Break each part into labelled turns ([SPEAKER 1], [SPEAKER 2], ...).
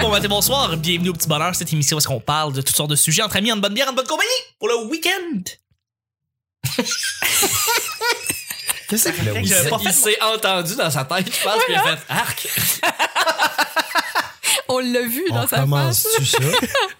[SPEAKER 1] bon matin, bonsoir, bienvenue au Petit Bonheur, cette émission où est-ce qu'on parle de toutes sortes de sujets entre amis, en bonne bière, en bonne compagnie, pour le week-end.
[SPEAKER 2] Qu'est-ce que le
[SPEAKER 1] Il,
[SPEAKER 2] week-end?
[SPEAKER 1] il s'est entendu dans sa tête, je pense, puis il a fait arc.
[SPEAKER 3] On l'a vu
[SPEAKER 2] On
[SPEAKER 3] dans sa face.
[SPEAKER 2] commence-tu ça?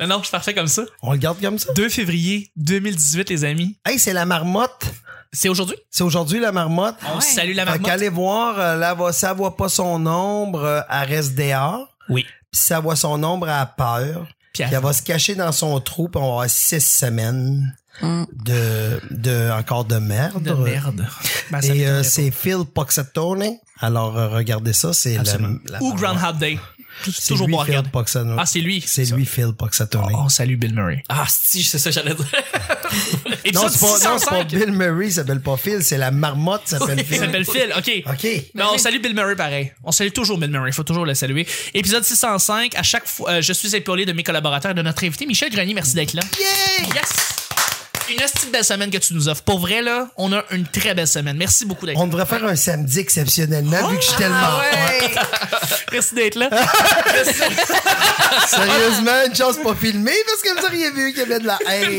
[SPEAKER 1] Non, non, je suis parfait comme ça.
[SPEAKER 2] On le garde comme ça?
[SPEAKER 1] 2 février 2018, les amis.
[SPEAKER 2] Hey, c'est la marmotte.
[SPEAKER 1] C'est aujourd'hui?
[SPEAKER 2] C'est aujourd'hui la marmotte.
[SPEAKER 1] On
[SPEAKER 3] ouais.
[SPEAKER 1] salue la
[SPEAKER 2] Fait
[SPEAKER 1] marmotte.
[SPEAKER 2] qu'allez voir, euh, là, va- ça voit pas son ombre, euh, elle reste dehors.
[SPEAKER 1] Oui.
[SPEAKER 2] Puis ça voit son ombre, elle a peur.
[SPEAKER 1] Puis
[SPEAKER 2] Puis elle va se cacher dans son trou, puis on va avoir six semaines
[SPEAKER 3] Hum.
[SPEAKER 2] de, de encore de merde.
[SPEAKER 1] de merde. Ben, ça
[SPEAKER 2] Et euh,
[SPEAKER 1] m'étonnerait
[SPEAKER 2] c'est Phil Poxettone. Alors, euh, regardez ça, c'est la,
[SPEAKER 1] Absolument.
[SPEAKER 2] la
[SPEAKER 1] pas. Ou Groundhog Day.
[SPEAKER 2] C'est
[SPEAKER 1] Toujours
[SPEAKER 2] lui,
[SPEAKER 1] bon à
[SPEAKER 2] Phil
[SPEAKER 1] regarder.
[SPEAKER 2] Poxettone.
[SPEAKER 1] Ah, c'est Oh, lui.
[SPEAKER 2] C'est lui, Phil Poxettone.
[SPEAKER 1] On salue Bill Murray.
[SPEAKER 4] Ah, si, c'est ça, que j'allais dire.
[SPEAKER 1] Et
[SPEAKER 2] non, c'est pas, non, c'est pas Bill Murray, il s'appelle pas Phil, c'est la marmotte qui s'appelle
[SPEAKER 1] Il
[SPEAKER 2] Phil.
[SPEAKER 1] s'appelle Phil, OK.
[SPEAKER 2] OK.
[SPEAKER 1] Mais Ben, on salue Bill Murray pareil. On salue toujours Bill Murray, il faut toujours le saluer. Épisode 605, à chaque fois, euh, je suis épaulé de mes collaborateurs et de notre invité Michel Grenier, merci d'être là.
[SPEAKER 2] Yeah!
[SPEAKER 1] Yes! Une hostie de belle semaine que tu nous offres. Pour vrai, là, on a une très belle semaine. Merci beaucoup d'être là.
[SPEAKER 2] On devrait faire un samedi exceptionnellement, vu
[SPEAKER 1] Ah,
[SPEAKER 2] que je suis tellement hot.
[SPEAKER 1] Merci d'être là.
[SPEAKER 2] Sérieusement, une chance pas filmée parce que vous auriez vu qu'il y avait de la haine.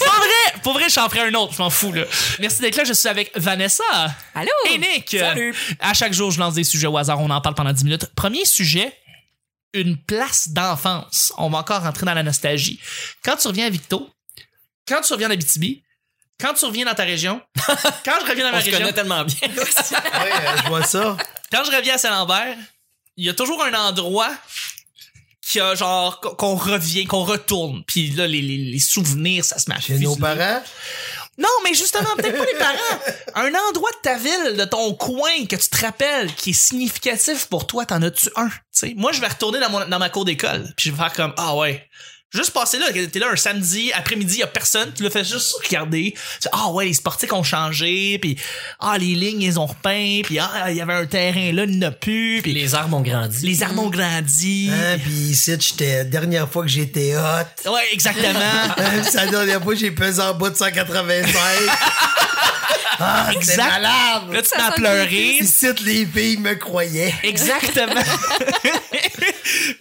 [SPEAKER 1] Pour vrai, pour vrai, j'en ferai un autre, je m'en fous, là. Merci d'être là, je suis avec Vanessa.
[SPEAKER 3] Allô?
[SPEAKER 1] Et Nick.
[SPEAKER 3] Oh!
[SPEAKER 1] euh,
[SPEAKER 3] Salut.
[SPEAKER 1] À chaque jour, je lance des sujets au hasard, on en parle pendant 10 minutes. Premier sujet, une place d'enfance. On va encore rentrer dans la nostalgie. Quand tu reviens à Victo, quand tu reviens à Abitibi, quand tu reviens dans ta région, quand je reviens dans ma
[SPEAKER 4] On se
[SPEAKER 1] région,
[SPEAKER 4] connaît tellement bien.
[SPEAKER 2] Ouais, euh, je vois ça.
[SPEAKER 1] quand je reviens à Saint-Lambert, il y a toujours un endroit qui a genre qu- qu'on revient, qu'on retourne. Puis là, les, les- les souvenirs, ça se mâche.
[SPEAKER 2] Chez nos parents.
[SPEAKER 1] Non, mais justement, peut-être pas les parents. Un endroit de ta ville, de ton coin que tu te rappelles, qui est significatif pour toi, t'en as-tu un? tu sais? Moi, je vais retourner dans, mon- dans ma cour d'école, puis je vais faire comme, ah ouais. Juste passer là, t'es là un samedi, après-midi, y a personne, tu le fais juste regarder. Tu fais, ah ouais, les sportifs ont changé, puis ah, les lignes, ils ont repeint, puis ah, il y avait un terrain là, il n'y en a plus, puis les,
[SPEAKER 4] Les armes ont grandi.
[SPEAKER 1] les armes ont grandi.
[SPEAKER 2] Hein, puis ici, j'étais dernière fois que j'étais hot.
[SPEAKER 1] Ouais, exactement.
[SPEAKER 2] Hein, C'est la dernière fois que j'ai pesé en bas de 185. Ah, c'est
[SPEAKER 1] Exact.
[SPEAKER 2] malade.
[SPEAKER 1] Là, tu t'as
[SPEAKER 3] sonne
[SPEAKER 1] pleuré.
[SPEAKER 2] Ici, les filles me croyaient.
[SPEAKER 1] Exactement.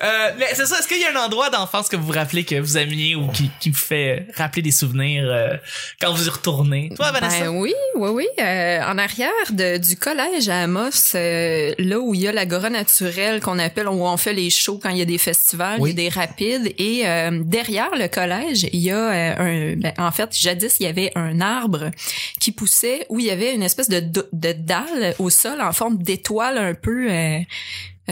[SPEAKER 1] Euh, mais c'est ça, est-ce qu'il y a un endroit d'enfance que vous vous rappelez, que vous aimiez ou qui, qui vous fait rappeler des souvenirs euh, quand vous y retournez? Toi, Vanessa?
[SPEAKER 3] Ben oui, oui, oui. Euh, en arrière de- du collège à Amos, euh, là où il y a l'agora naturelle qu'on appelle, où on fait les shows quand il y a des festivals,
[SPEAKER 2] Oui.
[SPEAKER 3] il y a des rapides. Et euh, derrière le collège, il y a euh, un... ben, en fait, jadis, il y avait un arbre qui poussait où il y avait une espèce de, do- de dalle au sol en forme d'étoile un peu... euh,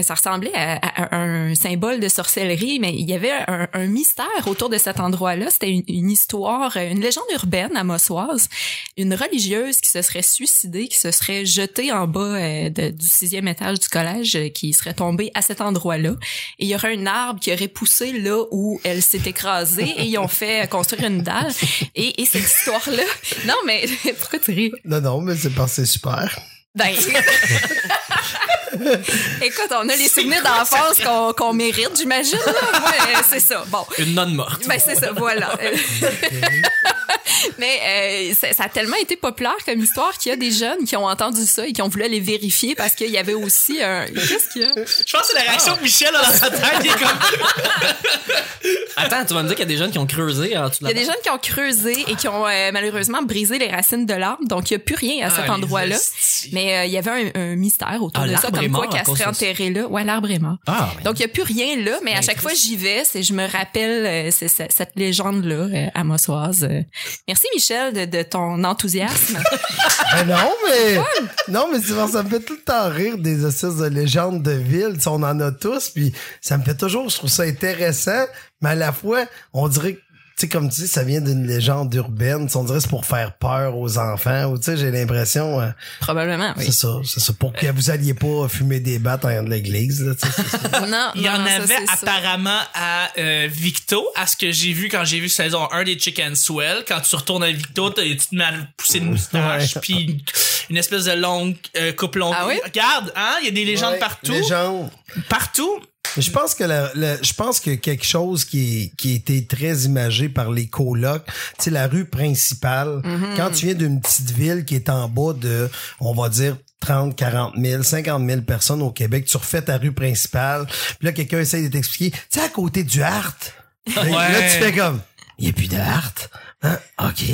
[SPEAKER 3] ça ressemblait à, à- à un symbole de sorcellerie, mais il y avait un, un mystère autour de cet endroit-là. C'était une, une histoire, une légende urbaine à Mossoise, une religieuse qui se serait suicidée, qui se serait jetée en bas euh, de- du sixième étage du collège, euh, qui serait tombée à cet endroit-là. Et il y aurait un arbre qui aurait poussé là où elle s'est écrasée et ils ont fait construire une dalle. Et, et cette histoire-là... Non, mais pourquoi tu ris?
[SPEAKER 2] Non, non, mais c'est parce que c'est super.
[SPEAKER 3] Ben. Écoute, on a les souvenirs d'enfance qu'on qu'on mérite, j'imagine. là. Moi, euh, c'est ça. Bon.
[SPEAKER 4] Une nonne morte.
[SPEAKER 3] Ben, c'est ça, voilà. Euh, Mais euh, ça, ça a tellement été populaire comme histoire qu'il y a des jeunes qui ont entendu ça et qui ont voulu aller vérifier parce qu'il y avait aussi un... Qu'est-ce qu'il y a?
[SPEAKER 1] Je pense que c'est la réaction de Michel a dans sa tête. Il est comme...
[SPEAKER 4] Attends, tu vas me dire qu'il y a des jeunes qui ont creusé en dessous
[SPEAKER 3] Il
[SPEAKER 4] de
[SPEAKER 3] y
[SPEAKER 4] la
[SPEAKER 3] a des jeunes qui ont creusé et qui ont euh, malheureusement brisé les racines de l'arbre, donc il n'y a plus rien à cet endroit-là. Mais euh, il y avait un, un mystère autour
[SPEAKER 4] Ah,
[SPEAKER 3] de ça,
[SPEAKER 4] l'arbre est
[SPEAKER 3] comme quoi
[SPEAKER 4] mort à
[SPEAKER 3] qu'elle
[SPEAKER 4] cause
[SPEAKER 3] serait
[SPEAKER 4] de ça.
[SPEAKER 3] enterrée là. Ouais, l'arbre est mort.
[SPEAKER 4] Ah,
[SPEAKER 3] Donc, il n'y a plus rien là, mais à chaque fois j'y vais, c'est je me rappelle euh, c'est- c'est- cette légende-là euh, à Mossoise. euh. Merci, Michel, de, de ton enthousiasme.
[SPEAKER 2] Ben non, mais. Non, mais c'est parce que ça me fait tout le temps rire des assises de légendes de ville. Tu sais, On en a tous, puis ça me fait toujours, je trouve ça intéressant, mais à la fois, on dirait que. Tu sais, comme tu dis, ça vient d'une légende urbaine. Tu sais, On dirait que c'est pour faire peur aux enfants. Ou tu sais, j'ai l'impression, euh,
[SPEAKER 3] Probablement, oui.
[SPEAKER 2] c'est ça, c'est ça. Pour que vous alliez pas fumer des battes en ayant de l'église. là, tu sais, c'est ça.
[SPEAKER 3] Non,
[SPEAKER 1] Il y
[SPEAKER 3] non,
[SPEAKER 1] en
[SPEAKER 3] non, ça,
[SPEAKER 1] avait
[SPEAKER 3] c'est ça.
[SPEAKER 1] apparemment à euh, Victo, à ce que j'ai vu quand j'ai vu saison 1 des Chicken Swell. Quand tu retournes à Victo, t'as une petite mal poussée de moustache, puis une- une espèce de longue euh, coupe longue.
[SPEAKER 3] Ah oui?
[SPEAKER 1] Regarde, hein, il y a des légendes
[SPEAKER 2] Ouais,
[SPEAKER 1] partout.
[SPEAKER 2] Légende.
[SPEAKER 1] Partout.
[SPEAKER 2] Mais Je pense que la- la- je pense que quelque chose qui est- qui a été très imagé par les colocs, tu sais
[SPEAKER 1] Mhm.
[SPEAKER 2] la rue principale. Quand tu viens d'une petite ville qui est en bas de, on va dire 30, 40 000, 50 000 personnes au Québec. Tu refais ta rue principale. Puis là, quelqu'un essaye de t'expliquer. Tu sais, à côté du Hart. Là, tu fais comme, il n'y a plus de Hart. Hein? OK.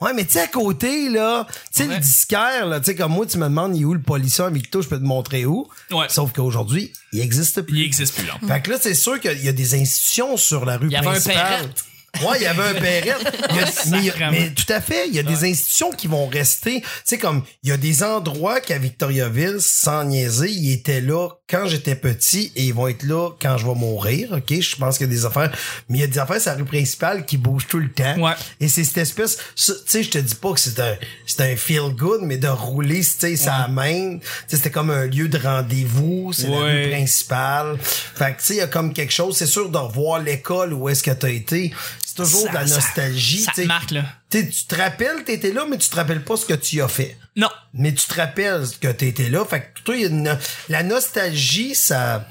[SPEAKER 2] Ouais, mais tu sais, à côté, là, tu sais,
[SPEAKER 1] Ouais.
[SPEAKER 2] le disquaire, là, tu sais, comme moi, tu me demandes, il est où le polisson à Victo, je peux te montrer où.
[SPEAKER 1] Ouais.
[SPEAKER 2] Sauf qu'aujourd'hui, il existe plus.
[SPEAKER 1] Il existe plus, là.
[SPEAKER 2] Fait que là, c'est sûr qu'il y a des institutions sur la rue
[SPEAKER 4] Il y avait un
[SPEAKER 2] principale.
[SPEAKER 4] Perrette.
[SPEAKER 2] Ouais, il y avait un Perrette. Il y a- mais, il y a-
[SPEAKER 1] Sacrement.
[SPEAKER 2] mais tout à fait, il y a des institutions qui vont rester. Tu sais, comme, il y a des endroits qu'à Victoriaville, sans niaiser, ils étaient là quand j'étais petit et ils vont être là quand je vais mourir, OK? Je pense qu'il y a des affaires... Mais il y a des affaires sur la rue principale qui bougent tout le temps.
[SPEAKER 1] Ouais.
[SPEAKER 2] Et c'est cette espèce... ça, Tu sais, je te dis pas que c'est un, c'est un feel-good, mais de rouler, tu sais, ça amène... Tu sais, c'était comme un lieu de rendez-vous, c'est la rue
[SPEAKER 1] Ouais.
[SPEAKER 2] principale principal. Fait que, tu sais, il y a comme quelque chose. C'est sûr de revoir l'école où est-ce que t'as été. C'est toujours
[SPEAKER 1] Ça-
[SPEAKER 2] de la
[SPEAKER 1] ça-
[SPEAKER 2] nostalgie.
[SPEAKER 1] ça
[SPEAKER 2] tu sais.
[SPEAKER 1] te marque, là.
[SPEAKER 2] Tu sais, tu te rappelles, t'étais là, mais tu te rappelles pas ce que tu y as fait.
[SPEAKER 1] Non.
[SPEAKER 2] Mais tu te rappelles que t'étais là. Fait que, toi, il y a une- la nostalgie, ça,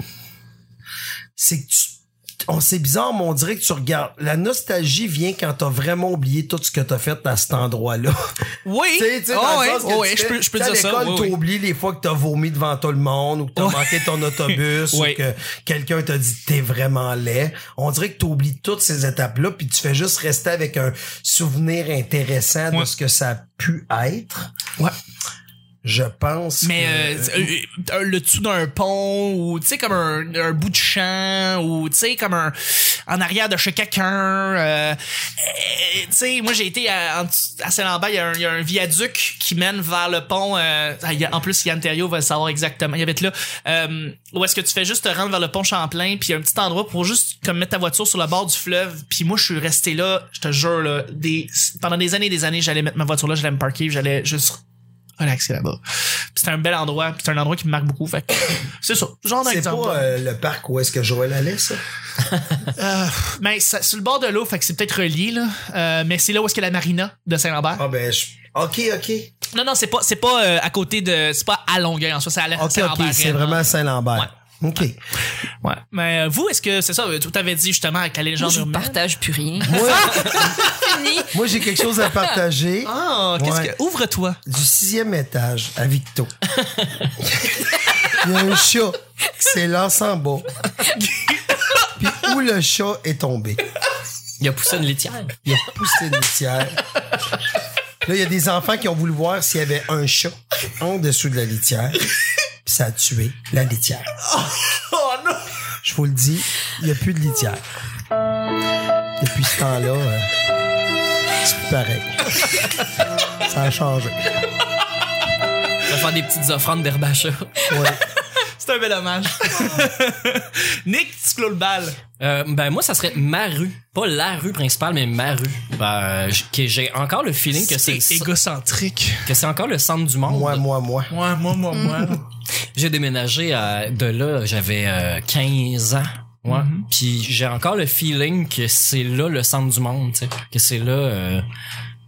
[SPEAKER 2] c'est que tu, on, c'est bizarre, mais on dirait que tu regardes. La nostalgie vient quand t'as vraiment oublié tout ce que t'as fait à cet endroit-là.
[SPEAKER 1] Oui.
[SPEAKER 2] Tu sais, tu sais, dans
[SPEAKER 1] Ah
[SPEAKER 2] le
[SPEAKER 1] ouais,
[SPEAKER 2] sens que
[SPEAKER 1] ah
[SPEAKER 2] tu
[SPEAKER 1] ouais, je
[SPEAKER 2] fais-
[SPEAKER 1] peux, je peux
[SPEAKER 2] tu sais,
[SPEAKER 1] dire ça.
[SPEAKER 2] À
[SPEAKER 1] ouais,
[SPEAKER 2] l'école,
[SPEAKER 1] ouais.
[SPEAKER 2] t'oublies les fois que t'as vomi devant tout le monde ou que t'as
[SPEAKER 1] Ouais.
[SPEAKER 2] manqué ton autobus ou
[SPEAKER 1] Ouais.
[SPEAKER 2] que quelqu'un t'a dit t'es vraiment laid. On dirait que t'oublies toutes ces étapes-là puis tu fais juste rester avec un souvenir intéressant de
[SPEAKER 1] Ouais.
[SPEAKER 2] ce que ça a pu être.
[SPEAKER 1] Ouais.
[SPEAKER 2] Je pense.
[SPEAKER 1] Mais euh,
[SPEAKER 2] que-
[SPEAKER 1] euh, euh, le dessous d'un pont ou tu sais comme un, un bout de champ ou tu sais comme un en arrière de chez quelqu'un euh, euh, tu sais moi j'ai été à, en dessous- à Saint-Lambert il y, a un- il y a un viaduc qui mène vers le pont euh, ah, il y a- en plus Yann Terriot va le savoir exactement il va être là euh, où est-ce que tu fais juste te rendre vers le pont Champlain puis il y a un petit endroit pour juste comme mettre ta voiture sur le bord du fleuve puis moi je suis resté là je te jure là des pendant des années et des années j'allais mettre ma voiture là j'allais me parker j'allais juste relaxer là-bas. Puis c'est un bel endroit, puis c'est un endroit qui me marque beaucoup. Fait que c'est ça, genre
[SPEAKER 2] c'est
[SPEAKER 1] d'exemple.
[SPEAKER 2] pas euh, le parc où est-ce que Joël allait, ça?
[SPEAKER 1] Euh, mais ça- sur le bord de l'eau, fait que c'est peut-être relié là. Euh, mais c'est là où est-ce que la marina de Saint-Lambert.
[SPEAKER 2] Ah ben, je... OK, OK.
[SPEAKER 1] Non non, c'est pas c'est pas euh, à côté de c'est pas à Longueuil en soi, c'est à la-
[SPEAKER 2] OK, OK,
[SPEAKER 1] Saint-Lambert.
[SPEAKER 2] c'est
[SPEAKER 1] hein.
[SPEAKER 2] vraiment Saint-Lambert. OK.
[SPEAKER 1] Ouais. Mais euh, vous, est-ce que c'est ça euh, Tu t'avais dit justement avec la légende
[SPEAKER 3] je ne
[SPEAKER 1] urbaine.
[SPEAKER 3] partage plus rien.
[SPEAKER 2] Moi,
[SPEAKER 3] Fini.
[SPEAKER 2] moi j'ai quelque chose à partager.
[SPEAKER 1] Ah, qu'est-ce
[SPEAKER 2] Ouais.
[SPEAKER 1] que ouvre-toi.
[SPEAKER 2] du sixième étage à Victo. Il y a un chat qui s'est lancé en bas. Puis où le chat est tombé.
[SPEAKER 4] Il a poussé une litière.
[SPEAKER 2] Il a poussé une litière. Là, il y a des enfants qui ont voulu voir s'il y avait un chat en dessous de la litière. Puis ça a tué la litière.
[SPEAKER 1] Oh non.
[SPEAKER 2] Je vous le dis, il n'y a plus de litière. Depuis ce temps-là, euh, c'est plus pareil. Ça a changé.
[SPEAKER 4] Il va faire des petites offrandes d'herbacha.
[SPEAKER 2] Ouais.
[SPEAKER 1] C'est un bel hommage. Nick, tu clôt le bal.
[SPEAKER 4] Euh, ben moi ça serait ma rue, pas la rue principale mais ma rue. Ben, j- que j'ai encore le feeling que c'est
[SPEAKER 1] C'est égocentrique.
[SPEAKER 4] que c'est encore le centre du monde.
[SPEAKER 2] Moi, moi, moi.
[SPEAKER 1] Moi, moi, moi, moi.
[SPEAKER 4] J'ai déménagé à- de là, j'avais euh, 15 ans. Ouais. Puis j'ai encore le feeling que c'est là le centre du monde, tu sais, que c'est là euh,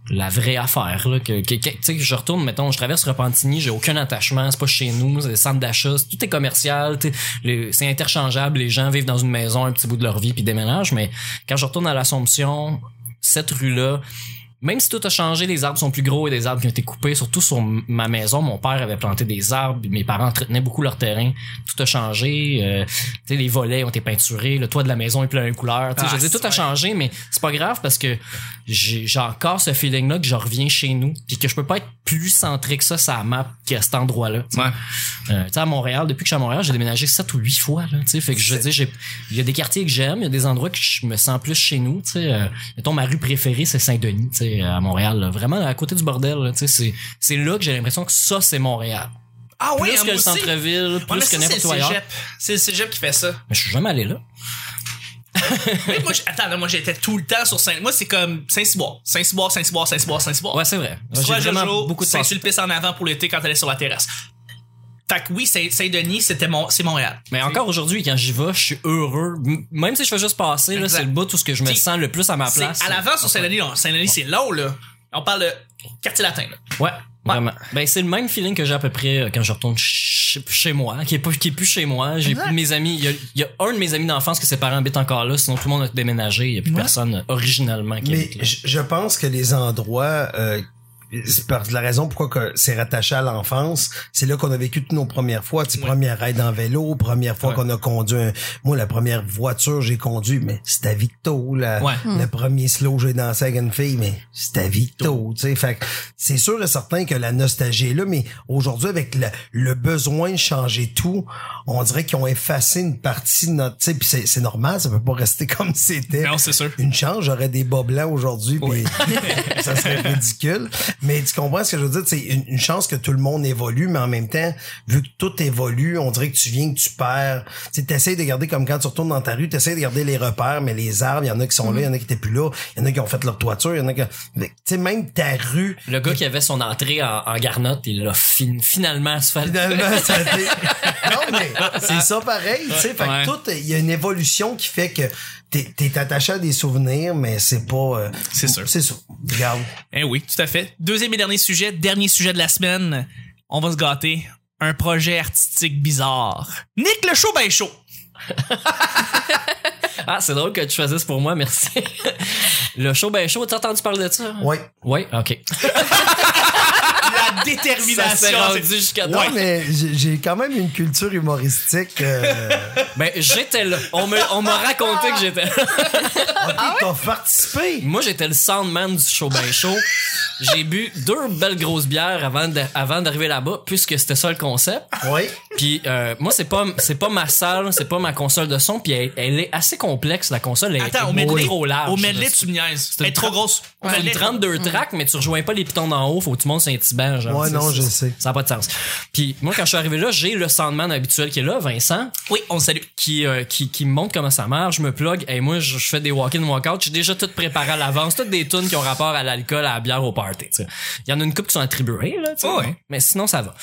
[SPEAKER 4] la vraie affaire là que, que- que- tu sais je retourne mettons, je traverse Repentigny, j'ai aucun attachement, c'est pas chez nous, c'est le centre d'achat, c'est- tout est commercial, tu sais, les- c'est interchangeable, les gens vivent dans une maison un petit bout de leur vie puis déménagent, mais quand je retourne à l'Assomption, cette rue là même si tout a changé, les arbres sont plus gros et des arbres qui ont été coupés, surtout sur m- ma maison, mon père avait planté des arbres, mes parents entretenaient beaucoup leur terrain. Tout a changé, euh, tu sais, les volets ont été peinturés, le toit de la maison est plein de couleurs. tu sais,
[SPEAKER 1] Ah,
[SPEAKER 4] je veux dire, tout a
[SPEAKER 1] c'est-
[SPEAKER 4] changé, mais c'est pas grave parce que j'ai j'ai encore ce feeling-là que je reviens chez nous, puis que je peux pas être plus centré que ça, ça map qu'à cet endroit-là. tu sais.
[SPEAKER 1] Ouais.
[SPEAKER 4] Euh, tu sais, à Montréal, depuis que je suis à Montréal, j'ai déménagé 7 ou 8 fois. Là, tu sais. fait que je veux dire, j'ai- il y a des quartiers que j'aime, il y a des endroits que je me sens plus chez nous. tu sais. Euh, mettons, ma rue préférée, c'est Saint-Denis, tu sais, euh, à Montréal. là. Vraiment, à côté du bordel. là, tu sais, c'est- C'est là que j'ai l'impression que ça, c'est Montréal.
[SPEAKER 1] Ah
[SPEAKER 4] Plus
[SPEAKER 1] oui,
[SPEAKER 4] que le centre-ville, plus que n'importe où ailleurs.
[SPEAKER 1] C'est le cégep qui fait ça.
[SPEAKER 4] Mais je suis jamais allé là.
[SPEAKER 1] Mais moi, j'- attends, là, moi, j'étais tout le temps sur Saint. Moi, c'est comme Saint-Cyboire, Saint-Cyboire, Saint-Cyboire, Saint-Cyboire, Saint-Cyboire.
[SPEAKER 4] Ouais, c'est vrai. J'ai
[SPEAKER 1] Soit
[SPEAKER 4] vraiment
[SPEAKER 1] Jojo,
[SPEAKER 4] beaucoup de temps.
[SPEAKER 1] Saint-Sulpice en avant pour l'été quand elle est sur la terrasse. Fait que oui, Saint- Saint-Denis, c'était mon, c'est Montréal.
[SPEAKER 4] Mais encore aujourd'hui, quand j'y vais, je suis heureux. M- Même si je fais juste passer, là,
[SPEAKER 1] Exact.
[SPEAKER 4] c'est le bout où ce que je me
[SPEAKER 1] T'sais,
[SPEAKER 4] sens le plus à ma
[SPEAKER 1] C'est-
[SPEAKER 4] place.
[SPEAKER 1] À l'avant sur Saint-Denis, là, Saint-Denis, c'est long, là. On parle de quartier latin, là.
[SPEAKER 4] Ouais, vraiment. Ben c'est le même feeling que j'ai à peu près euh, quand je retourne ch- chez moi, qui est pas qui est plus chez moi. J'ai
[SPEAKER 1] Exact.
[SPEAKER 4] plus mes amis. Il y a, il y a un de mes amis d'enfance que ses parents habitent encore là, sinon tout le monde a déménagé. Il y a plus
[SPEAKER 1] Ouais.
[SPEAKER 4] personne euh, originalement qui
[SPEAKER 2] Mais
[SPEAKER 4] habite là.
[SPEAKER 2] je, je pense que les endroits euh, c'est par la raison pourquoi que c'est rattaché à l'enfance, c'est là qu'on a vécu toutes nos premières fois, tu sais,
[SPEAKER 1] Ouais.
[SPEAKER 2] première ride en vélo, première fois
[SPEAKER 4] Ouais.
[SPEAKER 2] qu'on a conduit, un- moi la première voiture j'ai conduit, mais c'était à Victo, la,
[SPEAKER 4] Ouais.
[SPEAKER 2] le premier slow j'ai dansé avec une fille, mais c'était à Victo, tu sais, fait que c'est sûr et certain que la nostalgie est là, mais aujourd'hui avec le, le besoin de changer tout, on dirait qu'ils ont effacé une partie de notre, tu sais, puis c'est c'est normal, ça peut pas rester comme c'était
[SPEAKER 1] Non, c'est sûr.
[SPEAKER 2] une chance, j'aurais des bas blancs aujourd'hui, puis ça serait ridicule. Mais tu comprends ce que je veux dire? C'est une, une chance que tout le monde évolue, mais en même temps, vu que tout évolue, on dirait que tu viens, que tu perds. Tu essaies de garder comme quand tu retournes dans ta rue, tu essaies de garder les repères, mais les arbres, il y en a qui sont là, il y en a qui étaient plus là, il y en a qui ont fait leur toiture, il y en a qui... Tu sais, même ta rue,
[SPEAKER 4] Le gars qui avait son entrée en, en garnotte, il l'a fin- finalement se fait.
[SPEAKER 2] Finalement, ça a été- Non, mais c'est ça pareil, tu sais. Fait que
[SPEAKER 4] Ouais.
[SPEAKER 2] tout, il y a une évolution qui fait que t'es t'es attaché à des souvenirs, mais c'est pas... euh,
[SPEAKER 1] C'est sûr.
[SPEAKER 2] C'est ça. Regarde.
[SPEAKER 1] Eh oui, tout à fait. Deuxième et dernier sujet, dernier sujet de la semaine. On va se gâter. Un projet artistique bizarre. Nick le show ben chaud.
[SPEAKER 4] Ah, c'est drôle que tu choisisses pour moi, merci. le show ben chaud, t'as entendu parler de ça?
[SPEAKER 2] Ouais.
[SPEAKER 4] Oui, ok.
[SPEAKER 1] La
[SPEAKER 4] Ça
[SPEAKER 1] détermination.
[SPEAKER 4] s'est rendu
[SPEAKER 1] c'est-
[SPEAKER 4] jusqu'à
[SPEAKER 2] Non,
[SPEAKER 4] toi.
[SPEAKER 2] mais j'ai j'ai quand même une culture humoristique. Euh,
[SPEAKER 4] Ben, j'étais là. On me- on m'a raconté que j'étais là.
[SPEAKER 2] ok,
[SPEAKER 3] Ah
[SPEAKER 2] t'as participé.
[SPEAKER 4] Moi, j'étais le soundman du show ben chaud. J'ai bu deux belles grosses bières avant de- avant d'arriver là-bas, puisque c'était ça le concept.
[SPEAKER 2] Oui.
[SPEAKER 4] Puis euh, moi c'est pas c'est pas ma salle, c'est pas ma console de son, puis elle, elle est assez complexe la console elle
[SPEAKER 1] Attends,
[SPEAKER 4] est
[SPEAKER 1] au medley,
[SPEAKER 4] trop large.
[SPEAKER 1] au medley,
[SPEAKER 4] là.
[SPEAKER 1] tu Mm. me niaises.
[SPEAKER 4] une
[SPEAKER 1] Elle est trop grosse. Au
[SPEAKER 4] C'est une
[SPEAKER 1] medley.
[SPEAKER 4] 32 tracks, mais tu rejoins pas les pitons d'en haut, faut que tu montes sur un petit banc, genre.
[SPEAKER 2] Ouais,
[SPEAKER 4] C'est-
[SPEAKER 2] non,
[SPEAKER 4] c'est-
[SPEAKER 2] je sais.
[SPEAKER 4] Ça n'a pas de sens. Puis moi, quand je suis arrivé là, j'ai le soundman habituel qui est là, Vincent,
[SPEAKER 1] Oui, on le salue.
[SPEAKER 4] qui, euh, qui, qui me montre comment ça marche, je me plug, et moi, je, je fais des walk-in, walk-out, j'ai déjà tout préparé à l'avance, toutes des tunes qui ont rapport à l'alcool, à la bière, au party, tu sais. Il y en a une coupe qui sont attribuées, là, tu sais.
[SPEAKER 1] Ouais.
[SPEAKER 4] Mais sinon, ça va.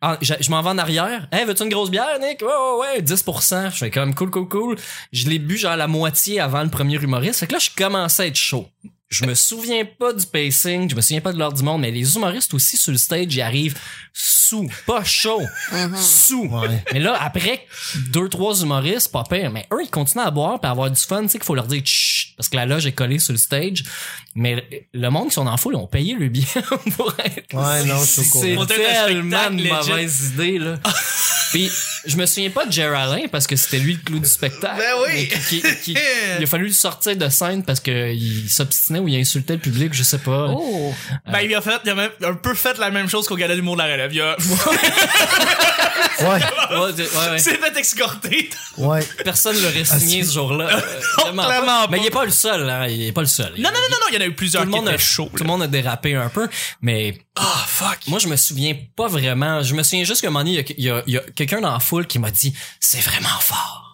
[SPEAKER 4] Ah, je je m'en vais en arrière. Hey, veux-tu une grosse bière, Nick? Ouais, ouais, ouais, 10%. Je fais comme cool, cool, cool. Je l'ai bu genre la moitié avant le premier humoriste. Fait que là, je commençais à être chaud. Je me souviens pas du pacing, je me souviens pas de l'ordre du monde, mais les humoristes aussi sur le stage, ils arrivent sous, pas chaud,
[SPEAKER 1] Mm-hmm.
[SPEAKER 4] sous.
[SPEAKER 2] Ouais.
[SPEAKER 4] Mais là, après deux, trois humoristes, pas pire, mais eux, ils continuent à boire puis à avoir du fun, tu sais qu'il faut leur dire Chut parce que la loge est collée sur le stage. Mais le monde qui sont en foule, ils ont payé le billet pour être
[SPEAKER 2] Ouais, non, je
[SPEAKER 4] c'est
[SPEAKER 2] suis au courant.
[SPEAKER 1] Pour donner un
[SPEAKER 4] tellement
[SPEAKER 1] spectacle
[SPEAKER 4] de
[SPEAKER 1] legit.
[SPEAKER 4] mauvaise idée, là. Puis, je me souviens pas de Geraldin parce que c'était lui le clou du spectacle.
[SPEAKER 1] Ben oui.
[SPEAKER 4] Mais qui- qui- qui- il a fallu le sortir de scène parce qu'il s'obstinait ou il insultait le public, je sais pas.
[SPEAKER 3] Oh.
[SPEAKER 1] Ben, il a fait, il a même, un peu fait la même chose qu'au gala d'humour de la relève. Il a-
[SPEAKER 2] Ouais.
[SPEAKER 4] Ouais, de- ouais, ouais.
[SPEAKER 1] s'est fait escorter.
[SPEAKER 2] Ouais.
[SPEAKER 4] Personne ne l'aurait signé ce jour-là. Euh, vraiment
[SPEAKER 1] Ah,
[SPEAKER 4] pas.
[SPEAKER 1] Oh, clairement
[SPEAKER 4] Mais
[SPEAKER 1] pas.
[SPEAKER 4] il est pas le seul, hein. Il est pas le seul.
[SPEAKER 1] Non, non, non, non, non, il y en a eu plusieurs
[SPEAKER 4] Tout le,
[SPEAKER 1] qui
[SPEAKER 4] monde a,
[SPEAKER 1] étaient chauds.
[SPEAKER 4] tout le monde a dérapé un peu, mais
[SPEAKER 1] Ah, fuck.
[SPEAKER 4] moi, je me souviens pas vraiment. Je me souviens juste qu'à un moment donné, il y a- il y a, il y a quelqu'un dans la foule qui m'a dit « C'est vraiment fort! »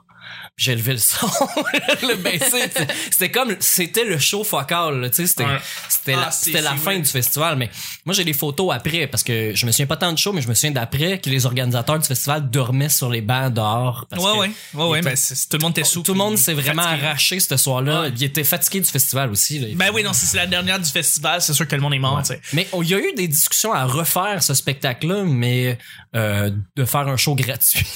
[SPEAKER 4] Puis J'ai levé le son, le baissé. C'était- C'était comme, c'était le show focal, là, tu sais, c'était
[SPEAKER 1] Ouais.
[SPEAKER 4] c'était
[SPEAKER 1] Ah,
[SPEAKER 4] la,
[SPEAKER 1] c'est-
[SPEAKER 4] c'était la
[SPEAKER 1] c'est
[SPEAKER 4] fin
[SPEAKER 1] vrai.
[SPEAKER 4] du festival. Mais moi, j'ai les photos après, parce que je me souviens pas tant de show, mais je me souviens d'après que les organisateurs du festival dormaient sur les bancs dehors. parce
[SPEAKER 1] Ouais,
[SPEAKER 4] que
[SPEAKER 1] ouais, ouais, ouais,
[SPEAKER 4] il
[SPEAKER 1] mais c'est- tout le monde était sous.
[SPEAKER 4] Tout le monde
[SPEAKER 1] puis
[SPEAKER 4] s'est vraiment
[SPEAKER 1] fatigué.
[SPEAKER 4] arraché ce soir-là.
[SPEAKER 1] Ouais.
[SPEAKER 4] Il était fatigué du festival aussi. là.
[SPEAKER 1] Ben oui, non, si c'est la dernière du festival, c'est sûr que le monde est mort, tu sais.
[SPEAKER 4] Mais on- il y a eu des discussions à refaire ce spectacle-là, mais euh, de faire un show gratuit.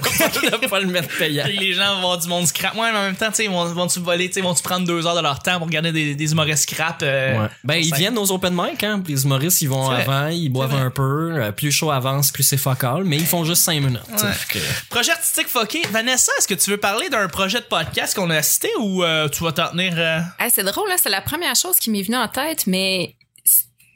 [SPEAKER 4] de pas le mettre payant.
[SPEAKER 1] Puis les gens vont voir du monde scrap. Ouais, mais en même temps, tu sais, vont- vont-tu voler, tu sais, vont-tu prendre deux heures de leur temps pour regarder des, des humoristes scrap? euh,
[SPEAKER 4] Ouais. Ben, ils
[SPEAKER 1] ça-
[SPEAKER 4] viennent aux open mic, hein. puis Les humoristes, ils vont
[SPEAKER 1] C'est vrai.
[SPEAKER 4] avant, ils boivent
[SPEAKER 1] vrai.
[SPEAKER 4] un peu. euh, Plus le show avance, plus c'est focal, mais ils font juste cinq minutes. tu sais.
[SPEAKER 1] Ouais.
[SPEAKER 4] Fait que-
[SPEAKER 1] Projet artistique foqué. Vanessa, est-ce que tu veux parler d'un projet de podcast qu'on a cité ou euh, tu vas t'en tenir. euh,
[SPEAKER 3] Ah, c'est drôle, là, c'est la première chose qui m'est venue en tête, mais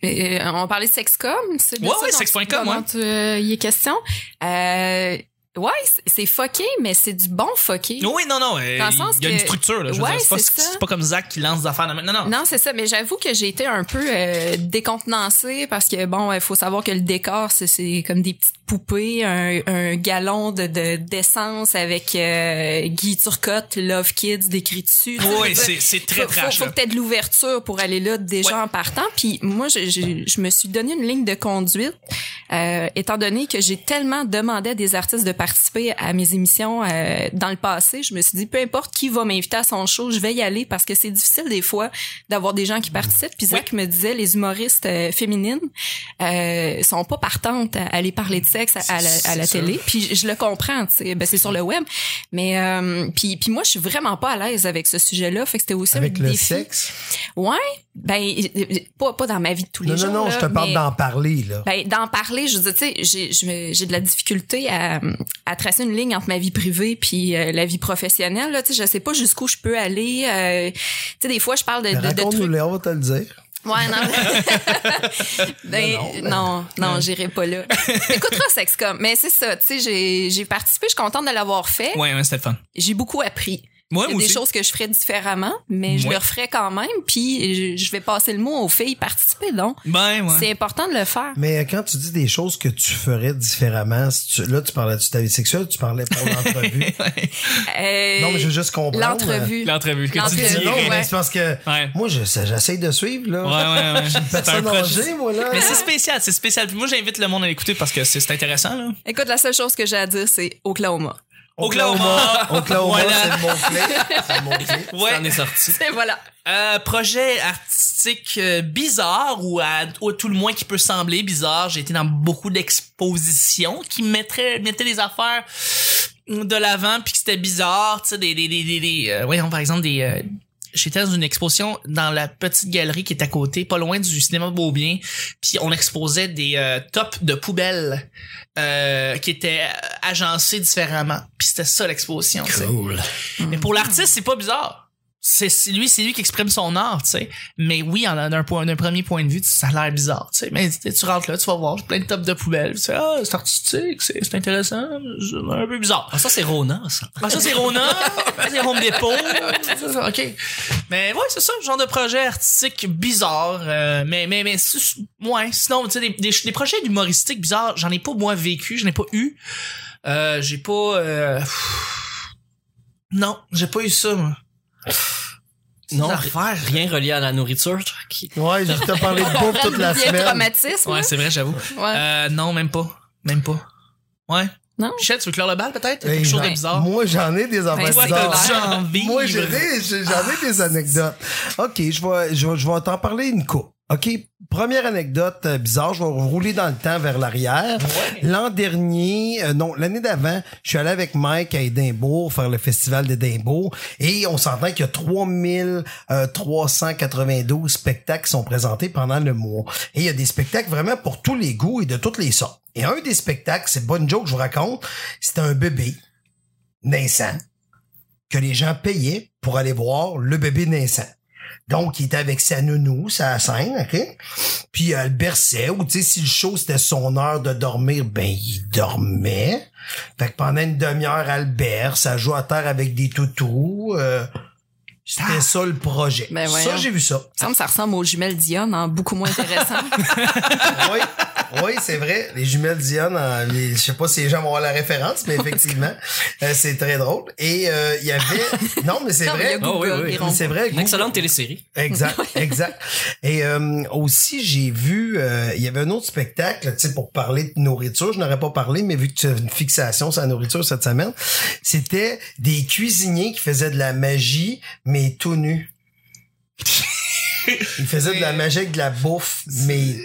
[SPEAKER 3] euh, on parlait de sexcom, c'est de
[SPEAKER 1] Ouais,
[SPEAKER 3] ça
[SPEAKER 1] ouais,
[SPEAKER 3] dont-
[SPEAKER 1] sex.com,
[SPEAKER 3] dont
[SPEAKER 1] ouais.
[SPEAKER 3] tu- euh, Il est question. Euh, ouais, c'est- c'est fucké, mais c'est du bon fucké.
[SPEAKER 1] Oui, non, non. euh,
[SPEAKER 3] Dans le sens
[SPEAKER 1] il y a
[SPEAKER 3] que-
[SPEAKER 1] une structure, là. Je veux
[SPEAKER 3] Ouais,
[SPEAKER 1] dire, c'est pas,
[SPEAKER 3] c'est ça.
[SPEAKER 1] c'est pas comme Zach qui lance des affaires. dans- Non, non.
[SPEAKER 3] Non, c'est ça, mais j'avoue que j'ai été un peu euh, décontenancée parce que bon, il faut savoir que le décor, c'est- c'est comme des petites poupées, un, un gallon de de- d'essence avec euh, Guy Turcotte, Love Kids décrit dessus. Tu sais, je veux
[SPEAKER 1] Oui,
[SPEAKER 3] dire,
[SPEAKER 1] c'est c'est très
[SPEAKER 3] faut,
[SPEAKER 1] trash.
[SPEAKER 3] faut,
[SPEAKER 1] là.
[SPEAKER 3] faut peut-être de l'ouverture pour aller là déjà en partant. Puis moi, je, je, je me suis donné une ligne de conduite, euh, étant donné que j'ai tellement demandé à des artistes de participer à mes émissions euh, dans le passé, je me suis dit, peu importe qui va m'inviter à son show, je vais y aller parce que c'est difficile des fois d'avoir des
[SPEAKER 2] Mhm.
[SPEAKER 3] gens qui participent. Puis Zach me disait, les humoristes euh, féminines euh, sont pas partantes à aller parler de sexe à, à la, à la
[SPEAKER 1] C'est sûr.
[SPEAKER 3] télé. Puis je, je le comprends, tu sais, ben, c'est sur le web. Mais euh, puis, puis moi, je suis vraiment pas à l'aise avec ce sujet-là. Fait que c'était aussi
[SPEAKER 2] Avec
[SPEAKER 3] un
[SPEAKER 2] le
[SPEAKER 3] défi.
[SPEAKER 2] sexe.
[SPEAKER 3] Ouais, Ben, pas, pas dans ma vie de tous les
[SPEAKER 2] Non,
[SPEAKER 3] jours.
[SPEAKER 2] non, non,
[SPEAKER 3] là,
[SPEAKER 2] je te parle
[SPEAKER 3] mais-
[SPEAKER 2] d'en parler, là.
[SPEAKER 3] Ben, d'en parler, je veux dire, tu sais, j'ai- j'ai j'ai de la difficulté à, à tracer une ligne entre ma vie privée puis euh, la vie professionnelle. Là, tu sais, je sais pas jusqu'où je peux aller. euh, tu sais, des fois, je parle de, de, de
[SPEAKER 2] Raconte-nous,
[SPEAKER 3] trucs.
[SPEAKER 2] Léa, on va te le dire.
[SPEAKER 3] Ouais, non. Ben, non, non, j'irai pas là. Écoutera Sexcom, mais c'est ça. Tu sais, j'ai j'ai participé, je suis contente de l'avoir fait.
[SPEAKER 1] Ouais, ouais, c'était le fun.
[SPEAKER 3] J'ai beaucoup appris.
[SPEAKER 1] Moi,
[SPEAKER 3] Il y a
[SPEAKER 1] moi
[SPEAKER 3] des
[SPEAKER 1] aussi.
[SPEAKER 3] choses que je ferais différemment, mais je
[SPEAKER 1] Ouais.
[SPEAKER 3] le referais quand même. Puis je, je vais passer le mot aux filles, participez donc.
[SPEAKER 1] Ben, ouais.
[SPEAKER 3] C'est important de le faire.
[SPEAKER 2] Mais euh, quand tu dis des choses que tu ferais différemment, si tu- là, tu parlais de ta vie sexuelle, tu parlais pour l'entrevue.
[SPEAKER 3] Euh,
[SPEAKER 2] non, mais je veux juste comprendre.
[SPEAKER 3] L'entrevue.
[SPEAKER 1] L'entrevue que tu
[SPEAKER 3] L'entrevue.
[SPEAKER 2] Mais
[SPEAKER 1] dis.
[SPEAKER 2] non,
[SPEAKER 1] Ouais,
[SPEAKER 2] mais c'est parce que
[SPEAKER 1] Ouais.
[SPEAKER 2] moi, je- j'essaye de suivre, là.
[SPEAKER 1] ouais, ouais. C'est un
[SPEAKER 2] Personne
[SPEAKER 1] proche.
[SPEAKER 2] âgée, moi, là.
[SPEAKER 1] Mais c'est spécial, c'est spécial. Puis moi, j'invite le monde à l'écouter parce que c'est c'est intéressant, là.
[SPEAKER 3] Écoute, la seule chose que j'ai à dire, c'est Oklahoma.
[SPEAKER 1] Oklahoma.
[SPEAKER 2] Oklahoma,
[SPEAKER 1] Voilà.
[SPEAKER 2] c'est le mot-clé. C'est le mot-clé.
[SPEAKER 1] Ouais.
[SPEAKER 4] Ça en est sorti.
[SPEAKER 3] Et voilà.
[SPEAKER 1] Euh, projet artistique euh, bizarre ou à, ou à tout le moins qui peut sembler bizarre. J'ai été dans beaucoup d'expositions qui mettraient, mettaient des affaires de l'avant puis que c'était bizarre, tu sais, des, des, des, des, des euh, voyons, par exemple, des, euh, j'étais dans une exposition dans la petite galerie qui est à côté, pas loin du cinéma Beaubien, puis on exposait des euh, tops de poubelles euh, qui étaient euh, agencés différemment. Puis c'était ça l'exposition, tu sais.
[SPEAKER 4] Cool.
[SPEAKER 1] Mais pour l'artiste, c'est pas bizarre. C'est c'est lui, c'est lui qui exprime son art, tu sais. Mais oui, en- d'un point- d'un premier point de vue, ça a l'air bizarre, tu sais. Mais tu tu rentres là, tu vas voir, j'ai plein de tops de poubelle. Tu sais, ah, c'est artistique, c'est c'est intéressant, c'est un peu bizarre.
[SPEAKER 4] Ah, ça, c'est Rona, ça.
[SPEAKER 1] Ah, ça c'est Rona, ça, c'est Home Depot. Ça, ça, ok. Mais ouais, c'est ça, genre de projet artistique bizarre. euh, mais mais mais c'est- ouais, sinon tu sais des, des, des projets humoristiques bizarres, j'en ai pas moi vécu, j'en ai pas eu. Euh, j'ai pas. euh, pff, Non, j'ai pas eu ça. Moi.
[SPEAKER 4] Non,
[SPEAKER 1] Des affaires.
[SPEAKER 4] rien relié à la nourriture. Qui...
[SPEAKER 2] Ouais, je te parlais de bouffe toute la
[SPEAKER 3] Il y a un
[SPEAKER 2] semaine.
[SPEAKER 3] traumatisme.
[SPEAKER 1] Ouais,
[SPEAKER 3] là.
[SPEAKER 1] c'est vrai, j'avoue.
[SPEAKER 3] Ouais.
[SPEAKER 1] Euh, non, même pas, même pas. Ouais.
[SPEAKER 3] Non.
[SPEAKER 1] Michel, tu veux clore le bal peut-être
[SPEAKER 2] Hey,
[SPEAKER 1] Quelque chose de
[SPEAKER 2] j'en-
[SPEAKER 1] bizarre.
[SPEAKER 2] Moi, j'en ai des affaires
[SPEAKER 3] Ben,
[SPEAKER 1] Toi,
[SPEAKER 3] c'est
[SPEAKER 2] bizarres.
[SPEAKER 1] t'as
[SPEAKER 3] bizarre.
[SPEAKER 1] dû en vivre.
[SPEAKER 2] Moi, j'ai des- j'ai- j'en ai des anecdotes. OK, je vais, je, vais- je vais t'en parler une coupe. OK, première anecdote euh, bizarre, je vais rouler dans le temps vers l'arrière. L'an dernier, euh, non, l'année d'avant, je suis allé avec Mike à Édimbourg faire le festival d'Édimbourg et on s'entend qu'il y a euh, 3392 spectacles qui sont présentés pendant le mois. Et il y a des spectacles vraiment pour tous les goûts et de toutes les sortes. Et un des spectacles, c'est bonne joke, je vous raconte, c'était un bébé naissant que les gens payaient pour aller voir le bébé naissant. Donc, il était avec sa nounou, sa scène, OK? Puis elle berçait, ou tu sais, si le show, c'était son heure de dormir, ben il dormait. Fait que pendant une demi-heure, elle berce, elle joue à terre avec des toutous. euh, c'était ça le projet.
[SPEAKER 3] Ah! Ben
[SPEAKER 2] ça,
[SPEAKER 3] voyons.
[SPEAKER 2] j'ai vu ça.
[SPEAKER 3] Il me semble que ça ressemble aux jumelles Dion en beaucoup moins intéressant.
[SPEAKER 2] oui, oui, c'est vrai. Les jumelles Dion, euh, les- je sais pas si les gens vont avoir la référence, mais effectivement, euh, c'est très drôle. Et euh, il y avait... Non, mais c'est
[SPEAKER 3] Non,
[SPEAKER 2] vrai.
[SPEAKER 3] mais il y a Google,
[SPEAKER 4] Oh, oui, oui.
[SPEAKER 3] ils
[SPEAKER 4] Google.
[SPEAKER 2] C'est vrai.
[SPEAKER 4] Une excellente télésérie.
[SPEAKER 2] Exact, exact. Et euh, aussi, j'ai vu, euh, il y avait un autre spectacle, tu sais, pour parler de nourriture. Je n'aurais pas parlé, mais vu que tu as une fixation sur la nourriture cette semaine, c'était des cuisiniers qui faisaient de la magie, mais tout nus. Ils faisaient de la magie avec de la bouffe, mais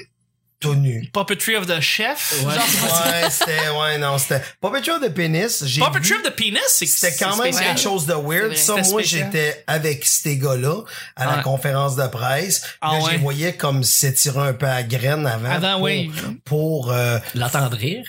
[SPEAKER 2] tout nu.
[SPEAKER 1] Puppetry of the chef.
[SPEAKER 4] Ouais.
[SPEAKER 2] Ouais, c'était, ouais, non, c'était pas peinture de pénis. J'ai vu-
[SPEAKER 1] Puppetry of the penis, c'est
[SPEAKER 2] c'était quand
[SPEAKER 1] c'est
[SPEAKER 2] même
[SPEAKER 1] spécial.
[SPEAKER 2] quelque chose de weird.
[SPEAKER 3] C'est vrai.
[SPEAKER 2] Ça,
[SPEAKER 1] C'était
[SPEAKER 2] moi,
[SPEAKER 1] spécial.
[SPEAKER 2] j'étais avec ces gars-là à la
[SPEAKER 1] Ouais.
[SPEAKER 2] conférence de presse.
[SPEAKER 1] Ah
[SPEAKER 2] là, je les
[SPEAKER 1] ouais.
[SPEAKER 2] voyais comme s'étirer un peu à graine avant.
[SPEAKER 1] Avant,
[SPEAKER 2] pour,
[SPEAKER 1] oui.
[SPEAKER 2] Pour euh,
[SPEAKER 4] L'attendrir.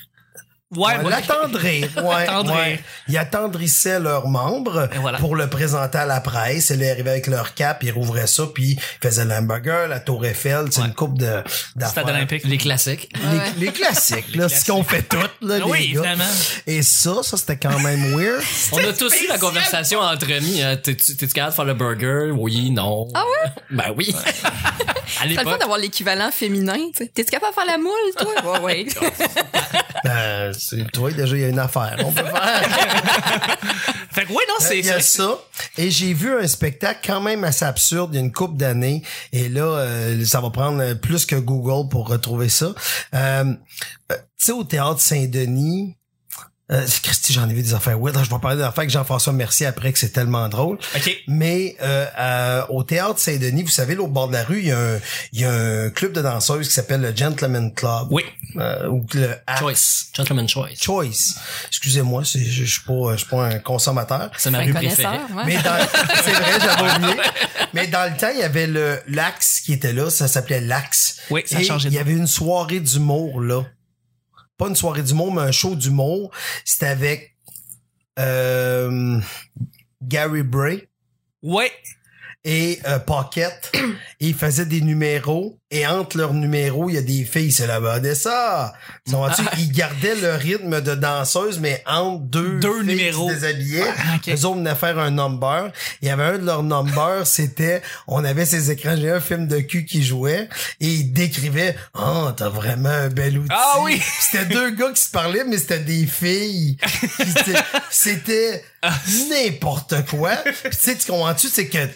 [SPEAKER 1] Ouais, ouais.
[SPEAKER 2] l'attendrir. Ouais,
[SPEAKER 1] Attendrir.
[SPEAKER 2] ouais. Ils attendrissaient leurs membres
[SPEAKER 1] Et voilà.
[SPEAKER 2] pour le présenter à la presse. Ils arrivaient avec leur cap, ils rouvraient ça, puis ils faisaient l'hamburger, la tour Eiffel, c'est
[SPEAKER 1] Ouais.
[SPEAKER 2] une coupe de
[SPEAKER 1] Stade
[SPEAKER 2] d'affaires.
[SPEAKER 1] olympique.
[SPEAKER 4] Les classiques.
[SPEAKER 2] Les,
[SPEAKER 3] Ouais.
[SPEAKER 2] les classiques, là, ce qu'on fait toutes, là,
[SPEAKER 1] Ah oui,
[SPEAKER 2] les gars.
[SPEAKER 1] évidemment.
[SPEAKER 2] Et ça, ça, c'était quand même weird.
[SPEAKER 4] On a tous eu la conversation entre amis. hein. T'es-tu t'es-tu capable de faire le burger? Oui, non. Ah ouais? Ben oui. à
[SPEAKER 3] T'as le fun
[SPEAKER 4] l'époque.
[SPEAKER 3] d'avoir l'équivalent féminin. tu sais. T'es-tu capable de faire la moule, toi? Ouais, ouais.
[SPEAKER 2] Ben, c'est- tu vois, déjà, il y a une affaire. On peut faire.
[SPEAKER 1] Fait que ouais, non, c'est.
[SPEAKER 2] Il y a
[SPEAKER 1] c'est-
[SPEAKER 2] ça. Et j'ai vu un spectacle quand même assez absurde il y a une couple d'années. Et là, euh, ça va prendre plus que Google pour retrouver ça. Euh, euh, tu sais, au théâtre Saint-Denis, Euh, Christy, j'en ai vu des affaires weird. Je vais parler d'affaires que Jean-François Mercier après, que c'est tellement drôle.
[SPEAKER 1] OK.
[SPEAKER 2] Mais euh, à- au théâtre Saint-Denis, vous savez, l'autre bord de la rue, il y, a un, il y a un club de danseuses qui s'appelle le Gentleman Club.
[SPEAKER 1] Oui.
[SPEAKER 2] Euh, ou le A-
[SPEAKER 4] Choice. Gentleman Choice.
[SPEAKER 2] Choice. Excusez-moi, c'est- je je suis pas, je suis pas un consommateur.
[SPEAKER 4] C'est ma
[SPEAKER 3] Un
[SPEAKER 4] rue préférée.
[SPEAKER 3] connaisseur, ouais.
[SPEAKER 2] Mais dans, c'est vrai, j'avais oublié. Mais dans le temps, il y avait le l'axe qui était là, ça s'appelait l'axe.
[SPEAKER 1] Oui, ça a
[SPEAKER 2] Et
[SPEAKER 1] changé de
[SPEAKER 2] Il y
[SPEAKER 1] nom.
[SPEAKER 2] avait une soirée d'humour là. Pas une soirée d'humour, mais un show d'humour. C'était avec euh, Gary Bray
[SPEAKER 1] Ouais.
[SPEAKER 2] et euh, Pocket. et ils faisaient des numéros et entre leurs numéros, il y a des filles, c'est la bas ça. Ils sont rendus- Ils gardaient le rythme de danseuse, mais entre deux,
[SPEAKER 1] Deux
[SPEAKER 2] filles qui
[SPEAKER 1] numéros.
[SPEAKER 2] se déshabillaient.
[SPEAKER 1] Ah, ok.
[SPEAKER 2] Eux autres venaient faire un number. Il y avait un de leurs numbers, c'était, on avait ces écrans, j'ai un film de cul qui jouait et ils décrivaient, oh, t'as vraiment un bel outil.
[SPEAKER 1] Ah oui!
[SPEAKER 2] C'était deux gars qui se parlaient, mais c'était des filles. Puis c'était- C'était n'importe quoi. Puis tu sais, tu comprends-tu, c'est que, tu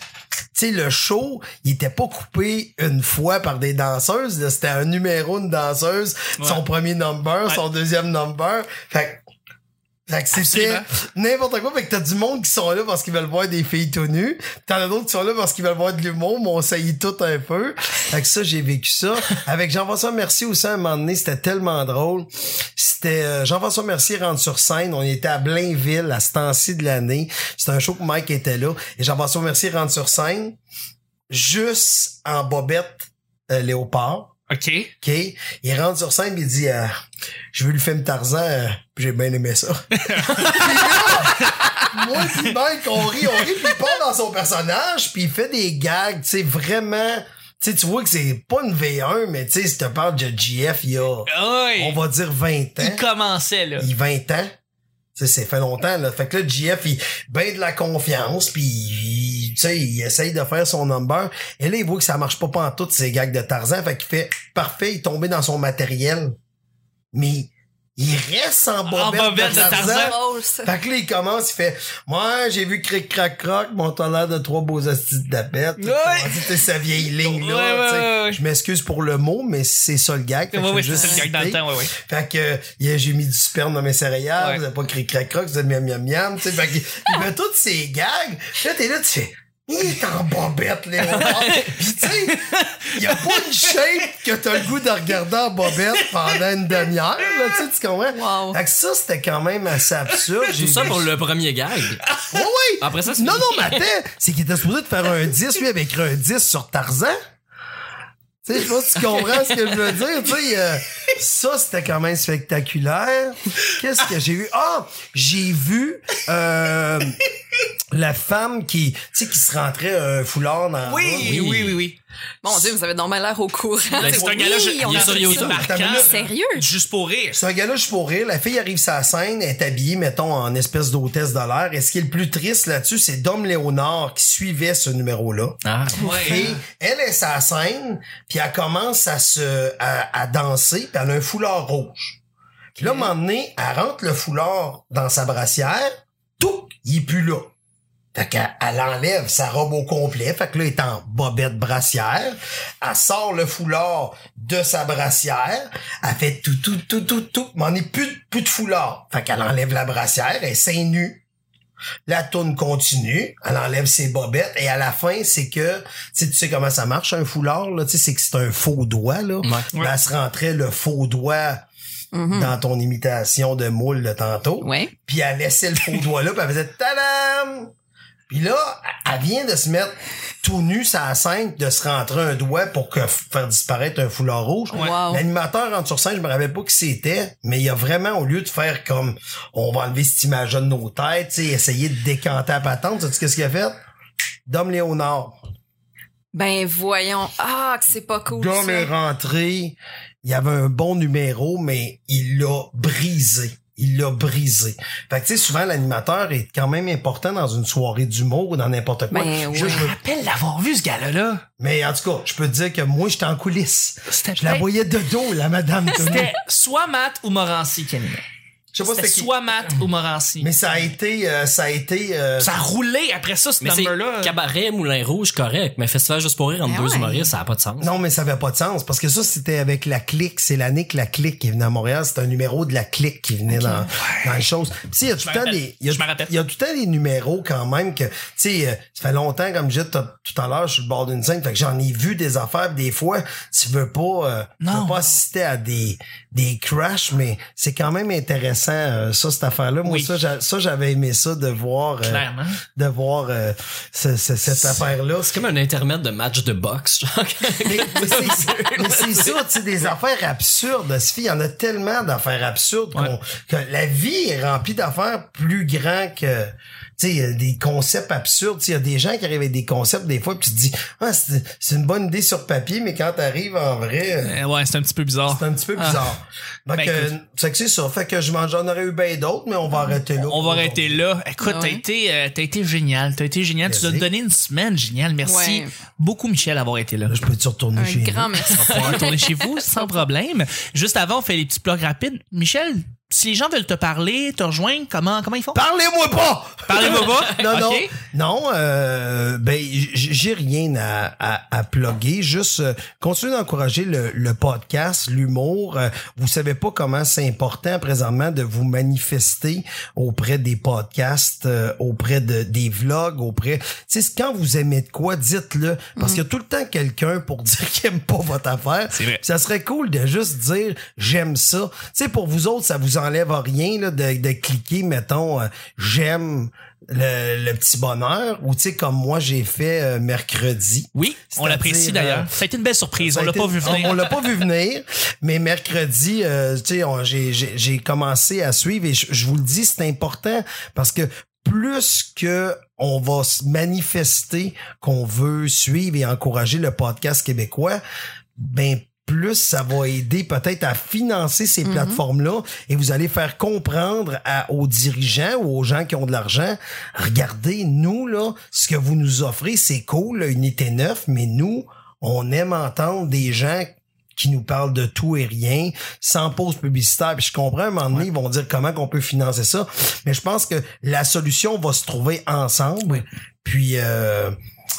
[SPEAKER 2] sais, le show, il était pas coupé une fois par des danseuses. là. C'était un numéro, une danseuse, son premier number, son deuxième number. Fait que fait que c'était
[SPEAKER 1] Absolument.
[SPEAKER 2] n'importe quoi. Fait que t'as du monde qui sont là parce qu'ils veulent voir des filles tout nues. T'en as d'autres qui sont là parce qu'ils veulent voir de l'humour, mais on saillit tout un peu. Fait que ça, j'ai vécu ça. Avec Jean-François Mercier aussi, à un moment donné, c'était tellement drôle. C'était euh, Jean-François Mercier rentre sur scène. On était à Blainville à ce temps-ci de l'année. C'était un show que Mike était là. Et Jean-François Mercier rentre sur scène juste en bobette euh, léopard.
[SPEAKER 1] OK.
[SPEAKER 2] OK? Il rentre sur scène pis il dit euh, Je veux le film Tarzan, euh, pis j'ai bien aimé ça. Pis là, Moi pis Mike, on rit, on rit, pis il part dans son personnage, pis il fait des gags, tu sais, vraiment. Tu sais, tu vois que c'est pas une V1, mais tu sais, si tu parles de GF, il y a,
[SPEAKER 1] Oui.
[SPEAKER 2] on va dire 20 ans
[SPEAKER 1] Il commençait, là.
[SPEAKER 2] il 20 ans. Tu sais, c'est fait longtemps, là. Fait que là, JF, il ben de la confiance, puis il, tu sais, il essaye de faire son number. Et là, il voit que ça marche pas en toutes ces gags de Tarzan. Fait qu'il fait, parfait, il est tombé dans son matériel. Mais il reste en bobette,
[SPEAKER 1] bobette
[SPEAKER 2] de
[SPEAKER 1] de
[SPEAKER 2] Tarzan.
[SPEAKER 1] Tarzan.
[SPEAKER 3] drôle, ça.
[SPEAKER 2] Fait que là, il commence, il fait Moi, j'ai vu cric crac croc, mon l'air de trois beaux hosties de la bête.
[SPEAKER 1] Ouais.
[SPEAKER 2] Il commence, tu sais, sa vieille ligne là.
[SPEAKER 1] Ouais, ouais,
[SPEAKER 2] tu sais.
[SPEAKER 1] ouais, ouais.
[SPEAKER 2] Je m'excuse pour le mot, mais c'est ça le gag. Fait que
[SPEAKER 1] Ouais,
[SPEAKER 2] je
[SPEAKER 1] ouais,
[SPEAKER 2] veux
[SPEAKER 1] c'est
[SPEAKER 2] juste
[SPEAKER 1] ça le gag dans
[SPEAKER 2] citer.
[SPEAKER 1] le temps, ouais, ouais.
[SPEAKER 2] Fait que euh, y a- j'ai mis du sperme dans mes céréales,
[SPEAKER 1] Ouais.
[SPEAKER 2] vous avez pas crié crac croc, vous avez miam miam miam, tu sais, fait qu'il
[SPEAKER 4] Ah.
[SPEAKER 2] il fait toutes ces gags. Puis Là, t'es là, tu fais. Il est en bobette, Léonard. Puis tu sais, il a pas une shape que t'as le goût de regarder en bobette pendant une demi-heure, là, tu sais, tu comprends?
[SPEAKER 3] Wow.
[SPEAKER 2] Fait que ça, c'était quand même assez absurde.
[SPEAKER 4] Tout
[SPEAKER 2] J'ai
[SPEAKER 4] ça
[SPEAKER 2] vu-
[SPEAKER 4] pour le premier gag.
[SPEAKER 2] Ouais, ouais.
[SPEAKER 4] Après ça, c'est
[SPEAKER 2] Non,
[SPEAKER 4] fini.
[SPEAKER 2] non, mais attends, c'est qu'il était supposé de faire un 10, lui, avec un 10 sur Tarzan. Tu sais, je sais pas si tu comprends ce que je veux dire. Tu sais, euh, ça, c'était quand même spectaculaire. Qu'est-ce que j'ai vu? Ah! J'ai vu euh, la femme qui, tu sais, qui se rentrait un foulard dans la bouche.
[SPEAKER 1] Oui, oui, oui, oui.
[SPEAKER 3] Mon Dieu, vous avez normalement l'air au courant.
[SPEAKER 4] Ben,
[SPEAKER 1] C'est
[SPEAKER 4] Oui,
[SPEAKER 1] un gars-là, je-
[SPEAKER 4] on
[SPEAKER 1] il
[SPEAKER 4] a
[SPEAKER 1] est sur
[SPEAKER 4] fait
[SPEAKER 1] YouTube
[SPEAKER 4] ça.
[SPEAKER 1] marquant.
[SPEAKER 3] Sérieux?
[SPEAKER 1] Juste pour rire.
[SPEAKER 2] C'est un gars-là, je suis pour rire. La fille arrive sur la scène, elle est habillée, mettons, en espèce d'hôtesse de l'air. Et ce qui est le plus triste là-dessus, c'est Dom Léonard qui suivait ce numéro-là.
[SPEAKER 4] Ah.
[SPEAKER 1] hein.
[SPEAKER 2] Et elle est sa scène, puis elle commence à se à, à danser, puis elle a un foulard rouge. Puis là, à un moment donné, elle rentre le foulard dans sa brassière, tout, il est plus là. Fait qu'elle elle enlève sa robe au complet, fait que là, elle est en bobette brassière. Elle sort le foulard de sa brassière, elle fait tout, tout, tout, tout, tout, mais on n'est plus, de- plus de foulard. Fait qu'elle enlève la brassière, elle est seins nus. La tourne continue, elle enlève ses bobettes et à la fin, c'est que tu sais, tu sais comment ça marche un foulard là, tu sais c'est que c'est un faux doigt là.
[SPEAKER 4] Ouais.
[SPEAKER 2] Ben, elle se rentrait le faux doigt
[SPEAKER 3] Mhm.
[SPEAKER 2] dans ton imitation de moule de tantôt.
[SPEAKER 3] Ouais.
[SPEAKER 2] Puis elle laissait le faux doigt là, puis elle faisait tadam. Puis là, elle vient de se mettre tout nu sur la scène, de se rentrer un doigt pour que faire disparaître un foulard rouge.
[SPEAKER 3] Wow.
[SPEAKER 2] L'animateur rentre sur scène, je me rappelle pas qui c'était, mais il y a vraiment, au lieu de faire comme on va enlever cette image de nos têtes, tu sais, essayer de décanter la patente, sais-tu qu'est-ce qu'il a fait? Dom Léonard.
[SPEAKER 3] Ben voyons. Ah, que c'est pas cool.
[SPEAKER 2] Dom
[SPEAKER 3] ça.
[SPEAKER 2] est rentré, il avait un bon numéro, mais il l'a brisé. Il l'a brisé. Fait que tu sais, souvent l'animateur est quand même important dans une soirée d'humour ou dans n'importe quoi.
[SPEAKER 3] Ben
[SPEAKER 2] Je-
[SPEAKER 3] oui.
[SPEAKER 2] je-
[SPEAKER 1] Je me rappelle l'avoir vu, ce gars-là.
[SPEAKER 2] mais en tout cas, je peux te dire que moi, j'étais en coulisses.
[SPEAKER 1] C'était
[SPEAKER 3] Ben
[SPEAKER 2] Je la voyais de dos, la madame. Tenue.
[SPEAKER 1] C'était soit Matt ou Morancy qui animait.
[SPEAKER 2] Je sais pas
[SPEAKER 1] C'était
[SPEAKER 2] c'était qui.
[SPEAKER 1] soit Matt ou Morancy.
[SPEAKER 2] Mais ça a été, euh, ça a été, euh,
[SPEAKER 1] ça a roulé après ça, ce
[SPEAKER 4] Mais c'est
[SPEAKER 1] number-là. euh,
[SPEAKER 4] cabaret, Moulin Rouge, correct. Mais festival juste pour rire entre
[SPEAKER 3] Mais
[SPEAKER 4] deux
[SPEAKER 3] ouais.
[SPEAKER 4] humoristes, ça n'a pas de sens.
[SPEAKER 2] non, mais ça avait pas de sens. Parce que ça, c'était avec la clique. C'est l'année que la clique est venue à Montréal. C'était un numéro de la clique qui venait dans, dans les choses. Puis, tu sais, il y a tout
[SPEAKER 1] me
[SPEAKER 2] le temps
[SPEAKER 1] rappelle.
[SPEAKER 2] des, il y a,
[SPEAKER 1] Je me rappelle.
[SPEAKER 2] il y a tout le temps des numéros quand même que, tu sais, euh, ça fait longtemps, comme je disais tout tout à l'heure, je suis le bord d'une scène. Fait que j'en ai vu des affaires. Des fois, tu veux pas, euh, tu
[SPEAKER 1] Non.
[SPEAKER 2] veux pas assister à des, des crashs, mais c'est quand même intéressant, euh, ça, cette affaire-là. Moi,
[SPEAKER 1] Oui.
[SPEAKER 2] ça, j'a- ça, j'avais aimé ça de voir, euh,
[SPEAKER 1] Clairement.
[SPEAKER 2] de voir, euh, ce- ce- cette
[SPEAKER 4] C'est-
[SPEAKER 2] affaire-là.
[SPEAKER 4] C'est comme un intermède de match de boxe. genre.
[SPEAKER 2] Mais, mais c'est- mais c'est ça, tu sais, des affaires absurdes. Sophie, il y en a tellement d'affaires absurdes qu'on- que la vie est remplie d'affaires plus grands que, tu sais, il y a des concepts absurdes. Tu sais, Il y a des gens qui arrivent avec des concepts des fois, puis tu te dis, ah, c'est c'est une bonne idée sur papier, mais quand t'arrives en vrai,
[SPEAKER 1] Euh,
[SPEAKER 2] euh,
[SPEAKER 1] ouais, c'est un petit peu bizarre.
[SPEAKER 2] c'est un petit peu
[SPEAKER 1] Ah.
[SPEAKER 2] bizarre. Donc,
[SPEAKER 1] Ben,
[SPEAKER 2] euh,
[SPEAKER 1] écoute. Ah.
[SPEAKER 2] c'est que c'est ça. Fait que je m'en- j'en aurais eu bien d'autres, mais on va arrêter là.
[SPEAKER 1] On va arrêter là. Écoute, t'as
[SPEAKER 3] Ah Ouais.
[SPEAKER 1] été, euh, t'as été génial. T'as été génial. Tu nous as
[SPEAKER 2] Merci.
[SPEAKER 1] donné une semaine géniale. Merci
[SPEAKER 3] Ouais.
[SPEAKER 1] beaucoup, Michel, d'avoir été là.
[SPEAKER 2] Je peux-tu retourner
[SPEAKER 3] Un
[SPEAKER 2] chez
[SPEAKER 3] grand
[SPEAKER 2] nous?
[SPEAKER 3] merci.
[SPEAKER 1] On va retourner chez vous sans problème. Juste avant, on fait les petits plugs rapides. Michel, si les gens veulent te parler, te rejoindre, comment, comment ils font?
[SPEAKER 2] Parlez-moi pas!
[SPEAKER 1] Parlez-moi pas.
[SPEAKER 2] Non,
[SPEAKER 1] Ok.
[SPEAKER 2] non. Non, euh, ben, j- j'ai rien à, à, à plugger. Juste euh, continuez d'encourager le, le podcast, l'humour. Euh, vous savez pas comment c'est important présentement de vous manifester auprès des podcasts, euh, auprès de, des vlogs, auprès... Tu sais, quand vous aimez de quoi, dites-le.
[SPEAKER 1] Mm.
[SPEAKER 2] Parce qu'il y a tout le temps quelqu'un pour dire qu'il aime pas votre affaire.
[SPEAKER 1] C'est vrai.
[SPEAKER 2] Puis Ça serait cool de juste dire j'aime ça. Tu sais, pour vous autres, ça vous enlève à rien là, de, de cliquer, mettons, euh, j'aime le, le petit bonheur ou tu sais, comme moi j'ai fait euh, mercredi.
[SPEAKER 1] Oui, on
[SPEAKER 2] C'est-à-dire,
[SPEAKER 1] l'apprécie
[SPEAKER 2] euh,
[SPEAKER 1] d'ailleurs. Ça a été une belle surprise.
[SPEAKER 2] Ça
[SPEAKER 1] On
[SPEAKER 2] a
[SPEAKER 1] l'a
[SPEAKER 2] été-
[SPEAKER 1] pas vu venir.
[SPEAKER 2] On, on l'a pas vu venir, mais mercredi, euh, tu sais, on- j'ai- j'ai j'ai commencé à suivre et je je vous le dis, c'est important parce que plus que on va se manifester qu'on veut suivre et encourager le podcast québécois, ben plus ça va aider peut-être à financer ces plateformes-là et vous allez faire comprendre à, aux dirigeants ou aux gens qui ont de l'argent, regardez, nous, là, ce que vous nous offrez, c'est cool, là, Unité 9, mais nous, on aime entendre des gens qui nous parlent de tout et rien, sans pause publicitaire. Puis je comprends, à un moment donné, ils vont dire comment qu'on peut financer ça. Mais je pense que la solution va se trouver ensemble. Puis euh,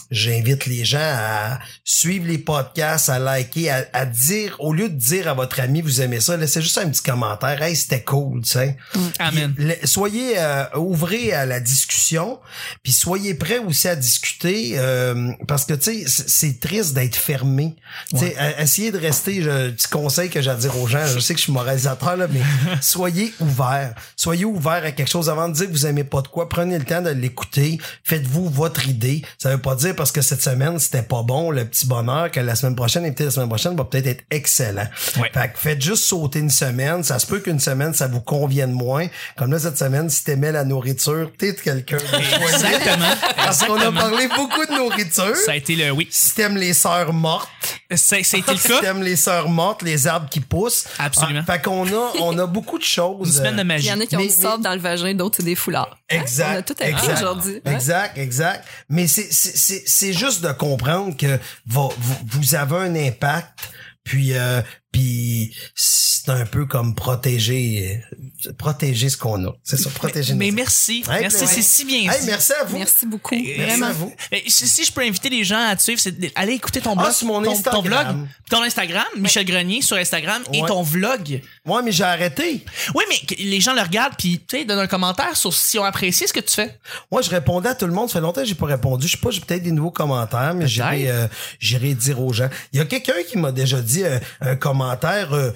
[SPEAKER 2] j'invite les gens à suivre les podcasts, à liker, à, à dire, au lieu de dire à votre ami, vous aimez ça, laissez juste un petit commentaire. Hey, c'était cool, tu sais.
[SPEAKER 1] Amen.
[SPEAKER 2] Puis, le- soyez euh, ouvrés à la discussion, puis soyez prêts aussi à discuter, euh, parce que tu sais, c'est- c'est triste d'être fermé. Tu sais, à- essayez de rester. Je, petit conseil que j'ai à dire aux gens. Je sais que je suis moralisateur là, mais soyez ouverts. Soyez ouverts à quelque chose avant de dire que vous aimez pas de quoi. Prenez le temps de l'écouter. Faites-vous votre idée. Ça veut pas dire parce que cette semaine c'était pas bon, le petit bonheur que la semaine prochaine et peut-être la semaine prochaine va peut-être être excellent.
[SPEAKER 1] Ouais.
[SPEAKER 2] Fait que faites juste sauter une semaine. Ça se peut qu'une semaine, ça vous convienne moins. Comme là, cette semaine, si t'aimais la nourriture, t'es quelqu'un. de joyeux.
[SPEAKER 1] Exactement.
[SPEAKER 2] Parce qu'on a parlé beaucoup de nourriture.
[SPEAKER 1] Ça a été le oui.
[SPEAKER 2] Si t'aimes les sœurs mortes,
[SPEAKER 1] Ça, ça a été le
[SPEAKER 2] si
[SPEAKER 1] cas.
[SPEAKER 2] t'aimes les sœurs mortes, les arbres qui poussent.
[SPEAKER 1] Absolument.
[SPEAKER 2] Ah, fait qu'on a, on a beaucoup de choses. euh,
[SPEAKER 1] Une semaine de
[SPEAKER 3] Il
[SPEAKER 1] magie.
[SPEAKER 3] y en a qui ont
[SPEAKER 2] Mais-
[SPEAKER 3] du sable dans le vagin, d'autres c'est des foulards. Hein?
[SPEAKER 2] Exact.
[SPEAKER 3] On a tout appris
[SPEAKER 2] exact,
[SPEAKER 3] aujourd'hui. Ouais.
[SPEAKER 2] Exact, exact. Mais c'est- c'est c'est- c'est juste de comprendre que va- vous, vous avez un impact, puis, euh, puis c'est un peu comme protéger, euh, protéger ce qu'on a. C'est ça, protéger
[SPEAKER 1] Mais
[SPEAKER 2] nos-
[SPEAKER 1] merci.
[SPEAKER 2] Ouais,
[SPEAKER 1] merci,
[SPEAKER 2] ouais.
[SPEAKER 1] c'est si bien
[SPEAKER 2] Hey,
[SPEAKER 1] dit.
[SPEAKER 2] merci à vous.
[SPEAKER 3] Merci beaucoup.
[SPEAKER 1] Et-
[SPEAKER 2] Merci
[SPEAKER 3] Vraiment.
[SPEAKER 2] à vous.
[SPEAKER 1] Mais si, si je peux inviter les gens à te suivre, c'est d'aller écouter ton
[SPEAKER 2] Ah,
[SPEAKER 1] blog.
[SPEAKER 2] sur mon
[SPEAKER 1] ton,
[SPEAKER 2] Instagram.
[SPEAKER 1] Ton, blog, ton Instagram, Michel Grenier sur Instagram et
[SPEAKER 2] Ouais.
[SPEAKER 1] ton vlog.
[SPEAKER 2] Moi, mais j'ai arrêté.
[SPEAKER 1] Oui, mais que- les gens le regardent puis tu sais, donnent un commentaire sur si on apprécie ce que tu fais.
[SPEAKER 2] Moi, je répondais à tout le monde. Ça fait longtemps que j'ai pas répondu. Je sais pas, j'ai peut-être des nouveaux commentaires, mais j'irai, euh, j'irai dire aux gens. Il y a quelqu'un qui m'a déjà dit euh, un commentaire. euh,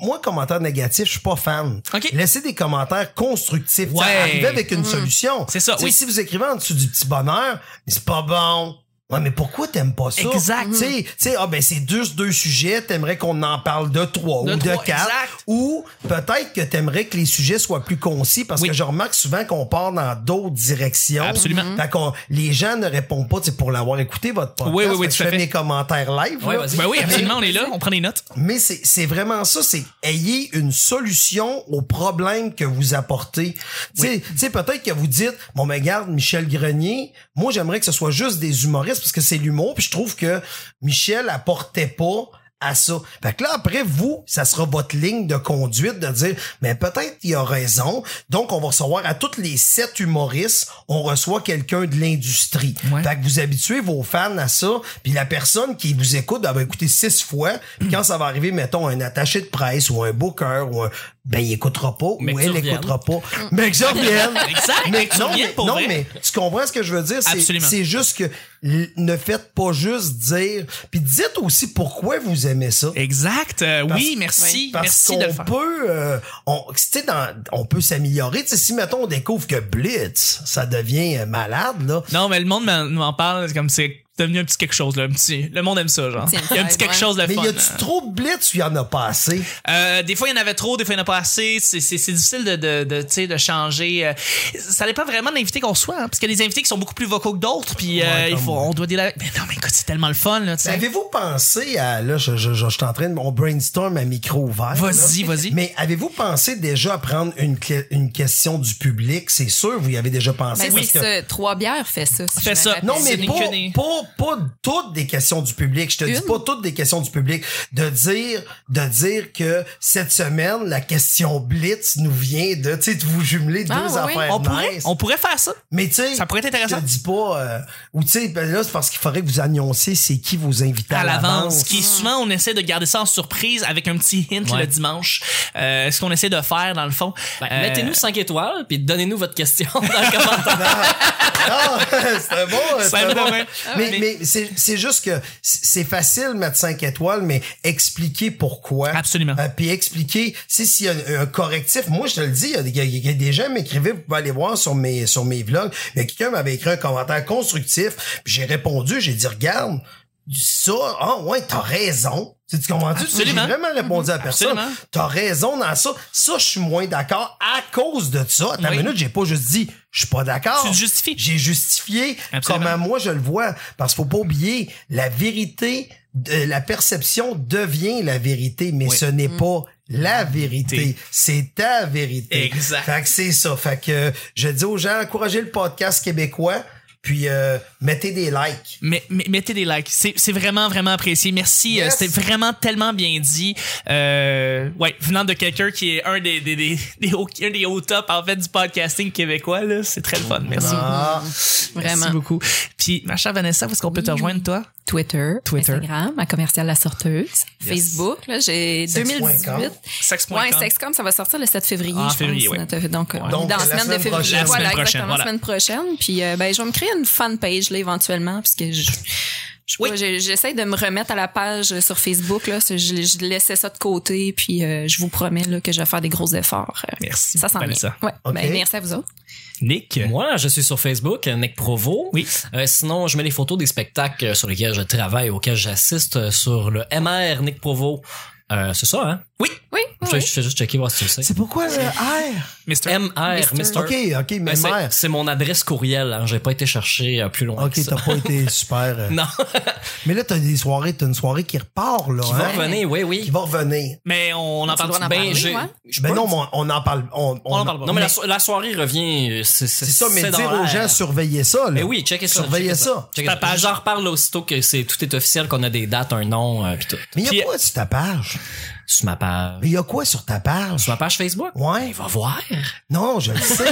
[SPEAKER 2] moi, commentaire négatif, je suis pas fan.
[SPEAKER 1] Ok.
[SPEAKER 2] Laissez des commentaires constructifs.
[SPEAKER 1] Ouais. Mhm.
[SPEAKER 2] Arrivez avec une solution.
[SPEAKER 1] C'est ça,
[SPEAKER 2] Tu sais,
[SPEAKER 1] oui.
[SPEAKER 2] Si vous écrivez en dessous du petit bonheur, c'est pas bon. Ouais, mais pourquoi t'aimes pas ça?
[SPEAKER 1] Exact.
[SPEAKER 2] Tu sais, tu sais, ah ben c'est deux, deux sujets, t'aimerais qu'on en parle de trois
[SPEAKER 1] De
[SPEAKER 2] ou
[SPEAKER 1] trois,
[SPEAKER 2] de quatre.
[SPEAKER 1] exact.
[SPEAKER 2] Ou peut-être que t'aimerais que les sujets soient plus concis parce
[SPEAKER 1] Oui.
[SPEAKER 2] que je remarque souvent qu'on part dans d'autres directions.
[SPEAKER 1] Absolument.
[SPEAKER 2] Fait qu'on- les gens ne répondent pas, tu sais, pour l'avoir écouté votre podcast.
[SPEAKER 1] Oui, oui, oui,
[SPEAKER 2] Fait que
[SPEAKER 1] tout
[SPEAKER 2] je
[SPEAKER 1] à
[SPEAKER 2] fais
[SPEAKER 1] fait.
[SPEAKER 2] mes commentaires live.
[SPEAKER 4] Ouais,
[SPEAKER 2] là.
[SPEAKER 4] vas-y.
[SPEAKER 1] Ben oui, absolument, on est là, on prend des notes.
[SPEAKER 2] Mais c'est c'est vraiment ça, c'est ayez une solution au problème que vous apportez. Tu sais- tu sais, peut-être que vous dites, bon, mais regarde, Michel Grenier, moi, j'aimerais que ce soit juste des humoristes parce que c'est l'humour, puis je trouve que Michel apportait pas à ça. Fait que là, après, vous, ça sera votre ligne de conduite de dire, mais peut-être il a raison. Donc, on va recevoir à toutes les sept humoristes, on reçoit quelqu'un de l'industrie.
[SPEAKER 1] Ouais.
[SPEAKER 2] Fait que vous habituez vos fans à ça. Puis la personne qui vous écoute, elle va écouter six fois. Puis quand ça va arriver, mettons, un attaché de presse ou un booker ou un, ben, il écoutera pas
[SPEAKER 4] Mais
[SPEAKER 2] ou
[SPEAKER 4] que tu
[SPEAKER 2] elle
[SPEAKER 4] reviennes.
[SPEAKER 2] écoutera pas. Mais que ça revienne.
[SPEAKER 1] Exact.
[SPEAKER 2] Mais
[SPEAKER 1] Tu
[SPEAKER 2] non,
[SPEAKER 1] reviens
[SPEAKER 2] mais,
[SPEAKER 1] pour
[SPEAKER 2] non,
[SPEAKER 1] vrai.
[SPEAKER 2] mais tu comprends ce que je veux dire? C'est-
[SPEAKER 1] Absolument.
[SPEAKER 2] C'est juste que l- ne faites pas juste dire. Puis dites aussi pourquoi vous aimez ça.
[SPEAKER 1] Exact. euh,
[SPEAKER 2] Parce-
[SPEAKER 1] oui, merci.
[SPEAKER 2] Parce
[SPEAKER 1] Merci de le
[SPEAKER 2] qu'on
[SPEAKER 1] faire.
[SPEAKER 2] peut, euh, on, tu sais, dans- on peut s'améliorer. Tu sais, si mettons on découvre que Blitz, ça devient euh, malade là.
[SPEAKER 1] Non, mais le monde m'en- m'en parle c'est comme c'est devenu un petit quelque chose, là. Un petit... Le monde aime ça, genre.
[SPEAKER 3] Tiens,
[SPEAKER 1] Il y a un petit
[SPEAKER 3] ouais.
[SPEAKER 1] quelque chose de
[SPEAKER 2] Mais
[SPEAKER 1] fun.
[SPEAKER 2] y a-tu
[SPEAKER 1] hein.
[SPEAKER 2] trop de Blitz ou y en a pas assez?
[SPEAKER 1] Euh, des fois, il y en avait trop, des fois, il n'y en a pas assez. C'est c'est- c'est difficile de, de, de, tu sais, de changer. euh, Ça dépend vraiment de l'invité qu'on soit, hein, parce qu'il y a des invités qui sont beaucoup plus vocaux que d'autres, puis euh,
[SPEAKER 2] Ouais,
[SPEAKER 1] il
[SPEAKER 2] comme
[SPEAKER 1] faut,
[SPEAKER 2] moi.
[SPEAKER 1] on doit dire... Mais non, mais écoute, c'est tellement le fun, là, tu sais.
[SPEAKER 2] Avez-vous pensé à là, je, je, je, je suis en train de on brainstorm à micro ouvert.
[SPEAKER 1] Vas-y,
[SPEAKER 2] là.
[SPEAKER 1] vas-y.
[SPEAKER 2] Mais avez-vous pensé déjà à prendre une, clé- une question du public? C'est sûr, vous y avez déjà pensé.
[SPEAKER 3] Ben,
[SPEAKER 2] parce
[SPEAKER 3] c'est
[SPEAKER 2] que-
[SPEAKER 3] ça. Trois bières fait ça. si
[SPEAKER 1] Fait
[SPEAKER 3] je me
[SPEAKER 1] ça.
[SPEAKER 3] rappelle.
[SPEAKER 2] Non, mais
[SPEAKER 1] C'est
[SPEAKER 2] pas,
[SPEAKER 1] déconné.
[SPEAKER 2] pas, pas toutes des questions du public. Je te dis
[SPEAKER 3] Une?
[SPEAKER 2] pas toutes des questions du public. De dire, de dire que cette semaine, la question Blitz nous vient de, tu sais, de vous jumeler deux
[SPEAKER 3] Ah, oui, oui.
[SPEAKER 2] affaires
[SPEAKER 1] On pourrait,
[SPEAKER 2] nice.
[SPEAKER 1] on pourrait faire ça.
[SPEAKER 2] Mais tu sais,
[SPEAKER 1] Ça pourrait être
[SPEAKER 2] je
[SPEAKER 1] intéressant.
[SPEAKER 2] te dis pas, euh, ou tu sais, ben là, c'est parce qu'il faudrait que vous annonciez c'est qui vous invitez à,
[SPEAKER 1] à l'avance,
[SPEAKER 2] l'avance. Mm.
[SPEAKER 1] qui souvent on essaie de garder ça en surprise avec un petit hint
[SPEAKER 4] Ouais.
[SPEAKER 1] le dimanche. Euh, ce qu'on essaie de faire dans le fond.
[SPEAKER 4] Ben,
[SPEAKER 1] Euh,
[SPEAKER 4] Mettez-nous 5 étoiles, puis donnez-nous votre question dans le commentaire.
[SPEAKER 2] Ah, c'est bon.
[SPEAKER 1] C'est bon,
[SPEAKER 2] un bon.
[SPEAKER 1] hein.
[SPEAKER 2] Mais, mais c'est c'est juste que c- c'est facile mettre 5 étoiles, mais expliquer pourquoi.
[SPEAKER 1] Absolument.
[SPEAKER 2] Euh, puis expliquer, si s'il y a un, un correctif, moi je te le dis, il y a des- il y, a- il y a des gens qui m'écrivaient, vous pouvez aller voir sur mes sur mes vlogs, mais quelqu'un m'avait écrit un commentaire constructif, puis j'ai répondu, j'ai dit regarde, ça, ah ouais, t'as raison. Tu comprends tu J'ai
[SPEAKER 1] Absolument. Mhm.
[SPEAKER 2] vraiment répondu à la personne.
[SPEAKER 1] Absolument.
[SPEAKER 2] T'as raison dans ça. Ça, je suis moins d'accord à cause de ça. Attends
[SPEAKER 1] Oui.
[SPEAKER 2] une minute, j'ai pas juste dit, je suis pas d'accord.
[SPEAKER 1] Tu te justifies.
[SPEAKER 2] J'ai justifié
[SPEAKER 1] Absolument.
[SPEAKER 2] comment moi je le vois. Parce qu'il faut pas oublier, la vérité, de- la perception devient la vérité, mais
[SPEAKER 1] Oui.
[SPEAKER 2] ce n'est pas la vérité. C'est ta vérité.
[SPEAKER 1] Exact.
[SPEAKER 2] Fait que c'est ça. Fait que euh, je dis aux gens, encouragez le podcast québécois, puis euh, mettez des likes.
[SPEAKER 1] Mais, mais- mettez des likes. C'est c'est vraiment, vraiment apprécié. Merci.
[SPEAKER 2] Yes.
[SPEAKER 1] euh, C'était vraiment tellement bien dit. Euh, ouais, venant de quelqu'un qui est un des, des, des, des hauts- un des hauts tops, en fait, du podcasting québécois, là. C'est très le fun. Merci.
[SPEAKER 2] Ah,
[SPEAKER 1] Merci
[SPEAKER 3] Vraiment.
[SPEAKER 1] beaucoup. Puis, ma chère Vanessa, où est-ce qu'on peut te rejoindre, toi?
[SPEAKER 3] Twitter,
[SPEAKER 1] Twitter.
[SPEAKER 3] Instagram, à commercial la sorteuse, Facebook, là, j'ai
[SPEAKER 2] Sex.com.
[SPEAKER 3] 2018.
[SPEAKER 1] Sex.com.
[SPEAKER 3] Ouais, Sexcom, ça va sortir le 7 février,
[SPEAKER 1] Ah, en
[SPEAKER 3] je
[SPEAKER 1] février,
[SPEAKER 3] pense.
[SPEAKER 1] ouais.
[SPEAKER 3] Notre- Donc, euh, on est
[SPEAKER 2] Donc,
[SPEAKER 3] dans
[SPEAKER 2] la
[SPEAKER 3] la semaine de
[SPEAKER 2] semaine
[SPEAKER 3] février.
[SPEAKER 2] prochaine.
[SPEAKER 1] semaine
[SPEAKER 2] La
[SPEAKER 3] voilà,
[SPEAKER 1] prochaine,
[SPEAKER 3] exactement,
[SPEAKER 1] voilà.
[SPEAKER 3] la semaine prochaine. Puis, euh, ben, je vais me créer une fan page, là, éventuellement, parce que je, je sais
[SPEAKER 1] Oui.
[SPEAKER 3] pas, je- j'essaie de me remettre à la page sur Facebook, là. Je, je laissais ça de côté, puis euh, je vous promets, là, que je vais faire des gros efforts. Euh,
[SPEAKER 1] Merci.
[SPEAKER 3] Ça s'en
[SPEAKER 1] Vanessa.
[SPEAKER 3] vient. Ouais.
[SPEAKER 2] Ok.
[SPEAKER 3] Ben, merci à vous autres.
[SPEAKER 1] Nick.
[SPEAKER 4] Moi, je suis sur Facebook, euh, Nick Provo.
[SPEAKER 1] Oui.
[SPEAKER 4] Euh, sinon, je mets les photos des spectacles euh, sur lesquels je travaille, auxquels j'assiste euh, sur le MR Nick Provo. Euh, c'est ça, hein?
[SPEAKER 1] Oui.
[SPEAKER 3] Oui, oui,
[SPEAKER 4] Je,
[SPEAKER 3] oui.
[SPEAKER 4] je fais juste checker voir si tu le sais.
[SPEAKER 2] C'est pourquoi le R?
[SPEAKER 1] Mister.
[SPEAKER 4] MR, Mister.
[SPEAKER 2] OK, OK, mais
[SPEAKER 4] Ben, c'est-
[SPEAKER 2] mère.
[SPEAKER 4] C'est mon adresse courriel, hein. J'ai pas été chercher euh, plus loin.
[SPEAKER 2] OK,
[SPEAKER 4] que ça.
[SPEAKER 2] t'as pas été super. euh,
[SPEAKER 4] Non.
[SPEAKER 2] Mais là, t'as des soirées, t'as une soirée qui repart, là.
[SPEAKER 4] Qui va
[SPEAKER 2] hein?
[SPEAKER 4] revenir, oui, oui.
[SPEAKER 2] Qui va revenir.
[SPEAKER 1] Mais on en
[SPEAKER 3] Tu
[SPEAKER 1] parle
[SPEAKER 3] dois en
[SPEAKER 1] tout-
[SPEAKER 3] parler,
[SPEAKER 1] Ben,
[SPEAKER 4] j'ai-
[SPEAKER 3] ouais.
[SPEAKER 4] je
[SPEAKER 2] Ben
[SPEAKER 4] peux-
[SPEAKER 2] non, mais on, on en parle. On,
[SPEAKER 1] On en parle pas.
[SPEAKER 4] Non, mais, la, so- la soirée revient. euh, C'est
[SPEAKER 2] C'est ça, mais
[SPEAKER 4] c'est dans
[SPEAKER 2] dire aux
[SPEAKER 4] l'air.
[SPEAKER 2] gens, surveillez ça. Là.
[SPEAKER 1] Ben
[SPEAKER 4] Mais oui, checkez ça.
[SPEAKER 2] Surveillez
[SPEAKER 4] checkez
[SPEAKER 2] ça.
[SPEAKER 4] Checkez
[SPEAKER 1] Ta
[SPEAKER 4] ça.
[SPEAKER 1] page.
[SPEAKER 4] J'en reparle aussitôt que c'est tout est officiel, qu'on a des dates, un nom, euh, pis tout.
[SPEAKER 2] Mais il y
[SPEAKER 1] Puis-
[SPEAKER 2] a quoi sur ta page?
[SPEAKER 4] Sur ma page.
[SPEAKER 2] Mais il y a quoi sur ta page?
[SPEAKER 4] Sur ma page Facebook. Ben,
[SPEAKER 2] Ouais.
[SPEAKER 4] Va voir.
[SPEAKER 2] Non, je le sais.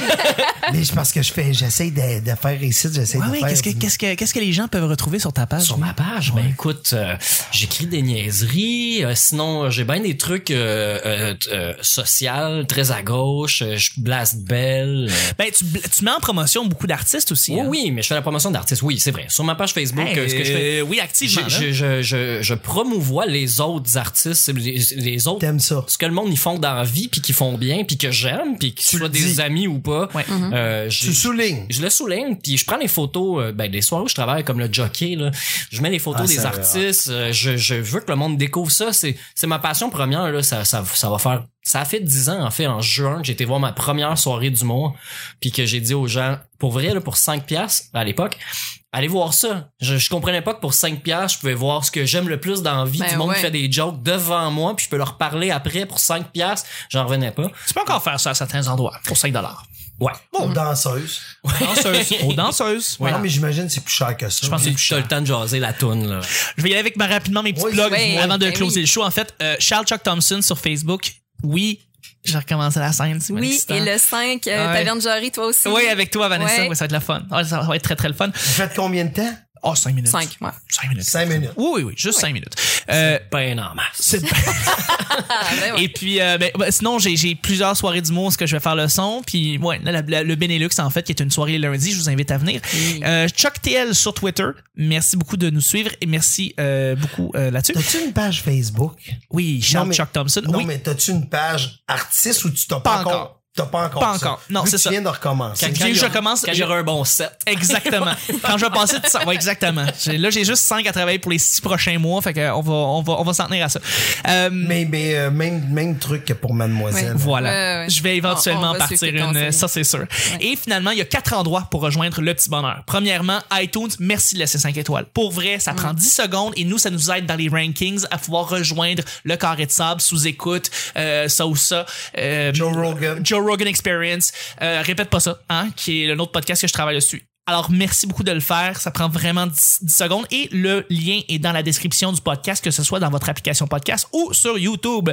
[SPEAKER 2] mais c'est parce que je fais, j'essaie de, de faire ici, j'essaie
[SPEAKER 1] Ouais,
[SPEAKER 2] de
[SPEAKER 1] ouais,
[SPEAKER 2] faire.
[SPEAKER 1] qu'est-ce que, qu'est-ce que, qu'est-ce que les gens peuvent retrouver sur ta page?
[SPEAKER 4] Sur ma page, ben écoute, euh, j'écris des niaiseries. euh, sinon, euh, j'ai bien des trucs euh, euh, t- euh, social, très à gauche. euh, je blast belle. euh,
[SPEAKER 1] Ben, tu, bl- tu mets en promotion beaucoup d'artistes aussi.
[SPEAKER 4] Oh oui,
[SPEAKER 1] hein.
[SPEAKER 4] oui, mais je fais la promotion d'artistes. Oui, c'est vrai. Sur ma page Facebook,
[SPEAKER 1] Hey,
[SPEAKER 4] euh, ce que je fais,
[SPEAKER 1] euh, oui, activement.
[SPEAKER 4] je,
[SPEAKER 1] là.
[SPEAKER 4] je, je, je, je promouvois les autres artistes, les, les autres
[SPEAKER 2] T'aimes ça?
[SPEAKER 4] ce que le monde ils font dans la vie puis qu'ils font bien puis que j'aime puis qu'ils
[SPEAKER 2] Tu
[SPEAKER 4] soient
[SPEAKER 2] le
[SPEAKER 4] des
[SPEAKER 2] dis.
[SPEAKER 4] amis ou pas
[SPEAKER 1] Ouais.
[SPEAKER 3] Mhm.
[SPEAKER 4] euh,
[SPEAKER 2] Tu
[SPEAKER 4] j'ai-
[SPEAKER 2] soulignes.
[SPEAKER 4] je le souligne puis je prends les photos euh, ben des soirs où je travaille comme le jockey là je mets les photos
[SPEAKER 2] Ah,
[SPEAKER 4] des
[SPEAKER 2] ça,
[SPEAKER 4] artistes euh, je, je veux que le monde découvre ça c'est c'est ma passion première là ça, ça ça va faire ça a fait 10 ans en fait en juin que j'ai été voir ma première soirée du mois puis que j'ai dit aux gens pour vrai là pour 5 piastres à l'époque Allez voir ça. Je, je comprenais pas que pour 5 piastres, je pouvais voir ce que j'aime le plus dans la vie.
[SPEAKER 3] Ben
[SPEAKER 4] du monde
[SPEAKER 3] ouais.
[SPEAKER 4] qui fait des jokes devant moi, puis je peux leur parler après pour 5 piastres. J'en revenais pas.
[SPEAKER 1] Tu peux encore faire ça à certains endroits pour 5 dollars.
[SPEAKER 4] Ouais.
[SPEAKER 2] Aux danseuses.
[SPEAKER 1] Danseuse. Aux danseuses.
[SPEAKER 2] Non, mais j'imagine que Ah, c'est plus cher que ça.
[SPEAKER 1] Je pense que c'est
[SPEAKER 4] T'as le temps de jaser la toune, là.
[SPEAKER 1] Je vais y aller avec ma- rapidement mes petits
[SPEAKER 2] Oui,
[SPEAKER 1] blogs
[SPEAKER 3] oui,
[SPEAKER 1] avant de
[SPEAKER 3] ben
[SPEAKER 1] closer
[SPEAKER 3] oui.
[SPEAKER 1] le show. En fait, euh, Charles Chuck Thompson sur Facebook. Oui, j'ai recommencé la scène. c'est
[SPEAKER 3] Oui,
[SPEAKER 1] excitant.
[SPEAKER 3] et le 5, euh,
[SPEAKER 1] Ouais.
[SPEAKER 3] Taverne Jarry, toi aussi.
[SPEAKER 1] Oui, avec toi, Vanessa.
[SPEAKER 3] Ouais.
[SPEAKER 1] Ouais, ça va être le fun. Ouais, ça va être très, très le fun.
[SPEAKER 2] Vous faites combien de temps?
[SPEAKER 1] Oh, 5 minutes.
[SPEAKER 3] 5, ouais.
[SPEAKER 1] 5 minutes.
[SPEAKER 2] Cinq minutes.
[SPEAKER 1] Oui, oui, oui, juste 5 minutes. Euh,
[SPEAKER 4] Ben, en masse.
[SPEAKER 1] c'est-
[SPEAKER 3] Ah, ben ouais.
[SPEAKER 1] Et puis, euh, ben, ben, sinon, j'ai j'ai plusieurs soirées d'humour, ce que je vais faire le son. Puis, ouais, là, la- la- le Benelux, en fait, qui est une soirée lundi, je vous invite à venir.
[SPEAKER 3] Oui.
[SPEAKER 1] Euh, Chuck TL sur Twitter, merci beaucoup de nous suivre et merci euh, beaucoup euh, là-dessus.
[SPEAKER 2] T'as-tu une page Facebook?
[SPEAKER 1] Oui, Charles
[SPEAKER 2] Non, mais-
[SPEAKER 1] Chuck Thompson.
[SPEAKER 2] Non,
[SPEAKER 1] oui.
[SPEAKER 2] mais t'as-tu une page artiste ou tu t'as
[SPEAKER 1] Pas
[SPEAKER 2] pas,
[SPEAKER 1] encore.
[SPEAKER 2] encore? T'as pas encore.
[SPEAKER 1] Pas
[SPEAKER 2] ça?
[SPEAKER 1] encore. Non,
[SPEAKER 2] Vu
[SPEAKER 1] c'est
[SPEAKER 2] que
[SPEAKER 1] ça.
[SPEAKER 2] Tu viens de recommencer.
[SPEAKER 1] Quand- je commence-
[SPEAKER 4] Quand
[SPEAKER 1] je-
[SPEAKER 4] il y aura un bon set.
[SPEAKER 1] Exactement. Quand je vais passer de ça. Ouais, exactement. J'ai- Là, j'ai juste 5 à travailler pour les 6 prochains mois. Fait qu'on va, on va, on va s'en tenir à ça. Euh,
[SPEAKER 2] Mais, mais euh, même, même truc que pour Mademoiselle.
[SPEAKER 3] Ouais.
[SPEAKER 1] Voilà.
[SPEAKER 3] Ouais, ouais.
[SPEAKER 1] Je vais éventuellement
[SPEAKER 3] On- on va
[SPEAKER 1] partir
[SPEAKER 3] suivre tes
[SPEAKER 1] une.
[SPEAKER 3] conseils.
[SPEAKER 1] Ça, c'est sûr. Et finalement, il y a quatre endroits pour rejoindre le petit bonheur. Premièrement, iTunes, merci de laisser 5 étoiles. Pour vrai, ça
[SPEAKER 3] Mm.
[SPEAKER 1] prend 10 secondes et nous, ça nous aide dans les rankings à pouvoir rejoindre le carré de sable sous écoute, euh, ça ou ça. euh,
[SPEAKER 2] Joe Rogan.
[SPEAKER 1] Joe Rogan Experience. Euh, répète pas ça, hein, qui est le autre podcast que je travaille dessus. Alors, merci beaucoup de le faire. Ça prend vraiment 10, 10 secondes. Et le lien est dans la description du podcast, que ce soit dans votre application podcast ou sur YouTube.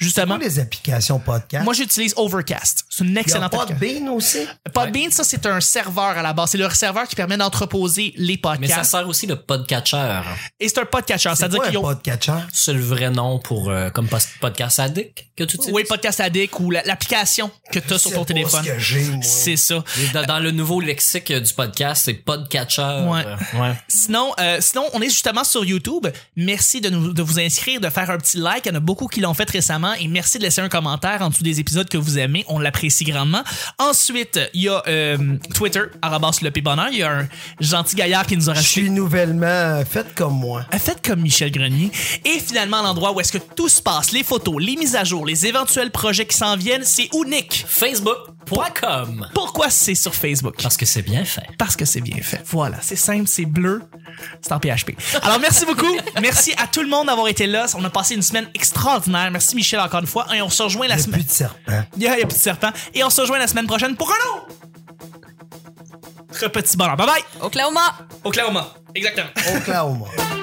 [SPEAKER 1] Justement.
[SPEAKER 2] Moi, les applications podcast.
[SPEAKER 1] Moi, j'utilise Overcast. C'est une
[SPEAKER 2] Hein? il y a
[SPEAKER 1] excellente podcast.
[SPEAKER 2] Podbean aussi.
[SPEAKER 1] Podbean, ça, c'est un serveur à la base. C'est le serveur qui permet d'entreposer les podcasts.
[SPEAKER 4] Mais ça sert aussi le podcatcher.
[SPEAKER 1] Et c'est un podcatcher. C'est-à-dire
[SPEAKER 2] C'est
[SPEAKER 1] qu'ils
[SPEAKER 2] quoi un
[SPEAKER 1] ont.
[SPEAKER 2] podcatcher?
[SPEAKER 4] C'est le vrai nom pour, euh, comme pos- podcast addict que tu utilises.
[SPEAKER 1] Oui, Podcast Addict ou la- l'application que tu as sur
[SPEAKER 2] C'est
[SPEAKER 1] ton
[SPEAKER 2] pas
[SPEAKER 1] téléphone.
[SPEAKER 2] ce que j'ai, moi.
[SPEAKER 1] C'est ça.
[SPEAKER 4] Et Dans, dans le nouveau lexique euh, du podcast, c'est podcatcher.
[SPEAKER 1] Ouais.
[SPEAKER 4] Euh, ouais.
[SPEAKER 1] Sinon, euh, sinon, on est justement sur YouTube. Merci de, nous, de vous inscrire, de faire un petit like. Il y en a beaucoup qui l'ont fait récemment. Et merci de laisser un commentaire en dessous des épisodes que vous aimez. On l'apprécie grandement. Ensuite, il y a euh, Twitter, arabas le P bonheur. Il y a un gentil gaillard qui nous a
[SPEAKER 2] Je
[SPEAKER 1] racheté
[SPEAKER 2] suis nouvellement euh, faite comme moi.
[SPEAKER 1] Faites comme Michel Grenier. Et finalement, l'endroit où est-ce que tout se passe, les photos, les mises à jour, les éventuels projets qui s'en viennent, c'est où, Nick?
[SPEAKER 4] Facebook.com.
[SPEAKER 1] Pourquoi c'est sur Facebook?
[SPEAKER 4] Parce que c'est bien fait.
[SPEAKER 1] Parce que c'est bien fait. Voilà, c'est simple, c'est bleu, c'est en PHP. Alors merci beaucoup, merci à tout le monde d'avoir été là. On a passé une semaine extraordinaire. Merci Michel encore une fois. Et on se rejoint la
[SPEAKER 2] Il y a
[SPEAKER 1] semaine.
[SPEAKER 2] plus de serpent.
[SPEAKER 1] Il y a, il y a plus de serpent. Et on se rejoint la semaine prochaine pour un autre petit bonheur. Bye bye!
[SPEAKER 3] Oklahoma!
[SPEAKER 1] Oklahoma. Exactement.
[SPEAKER 2] Oklahoma.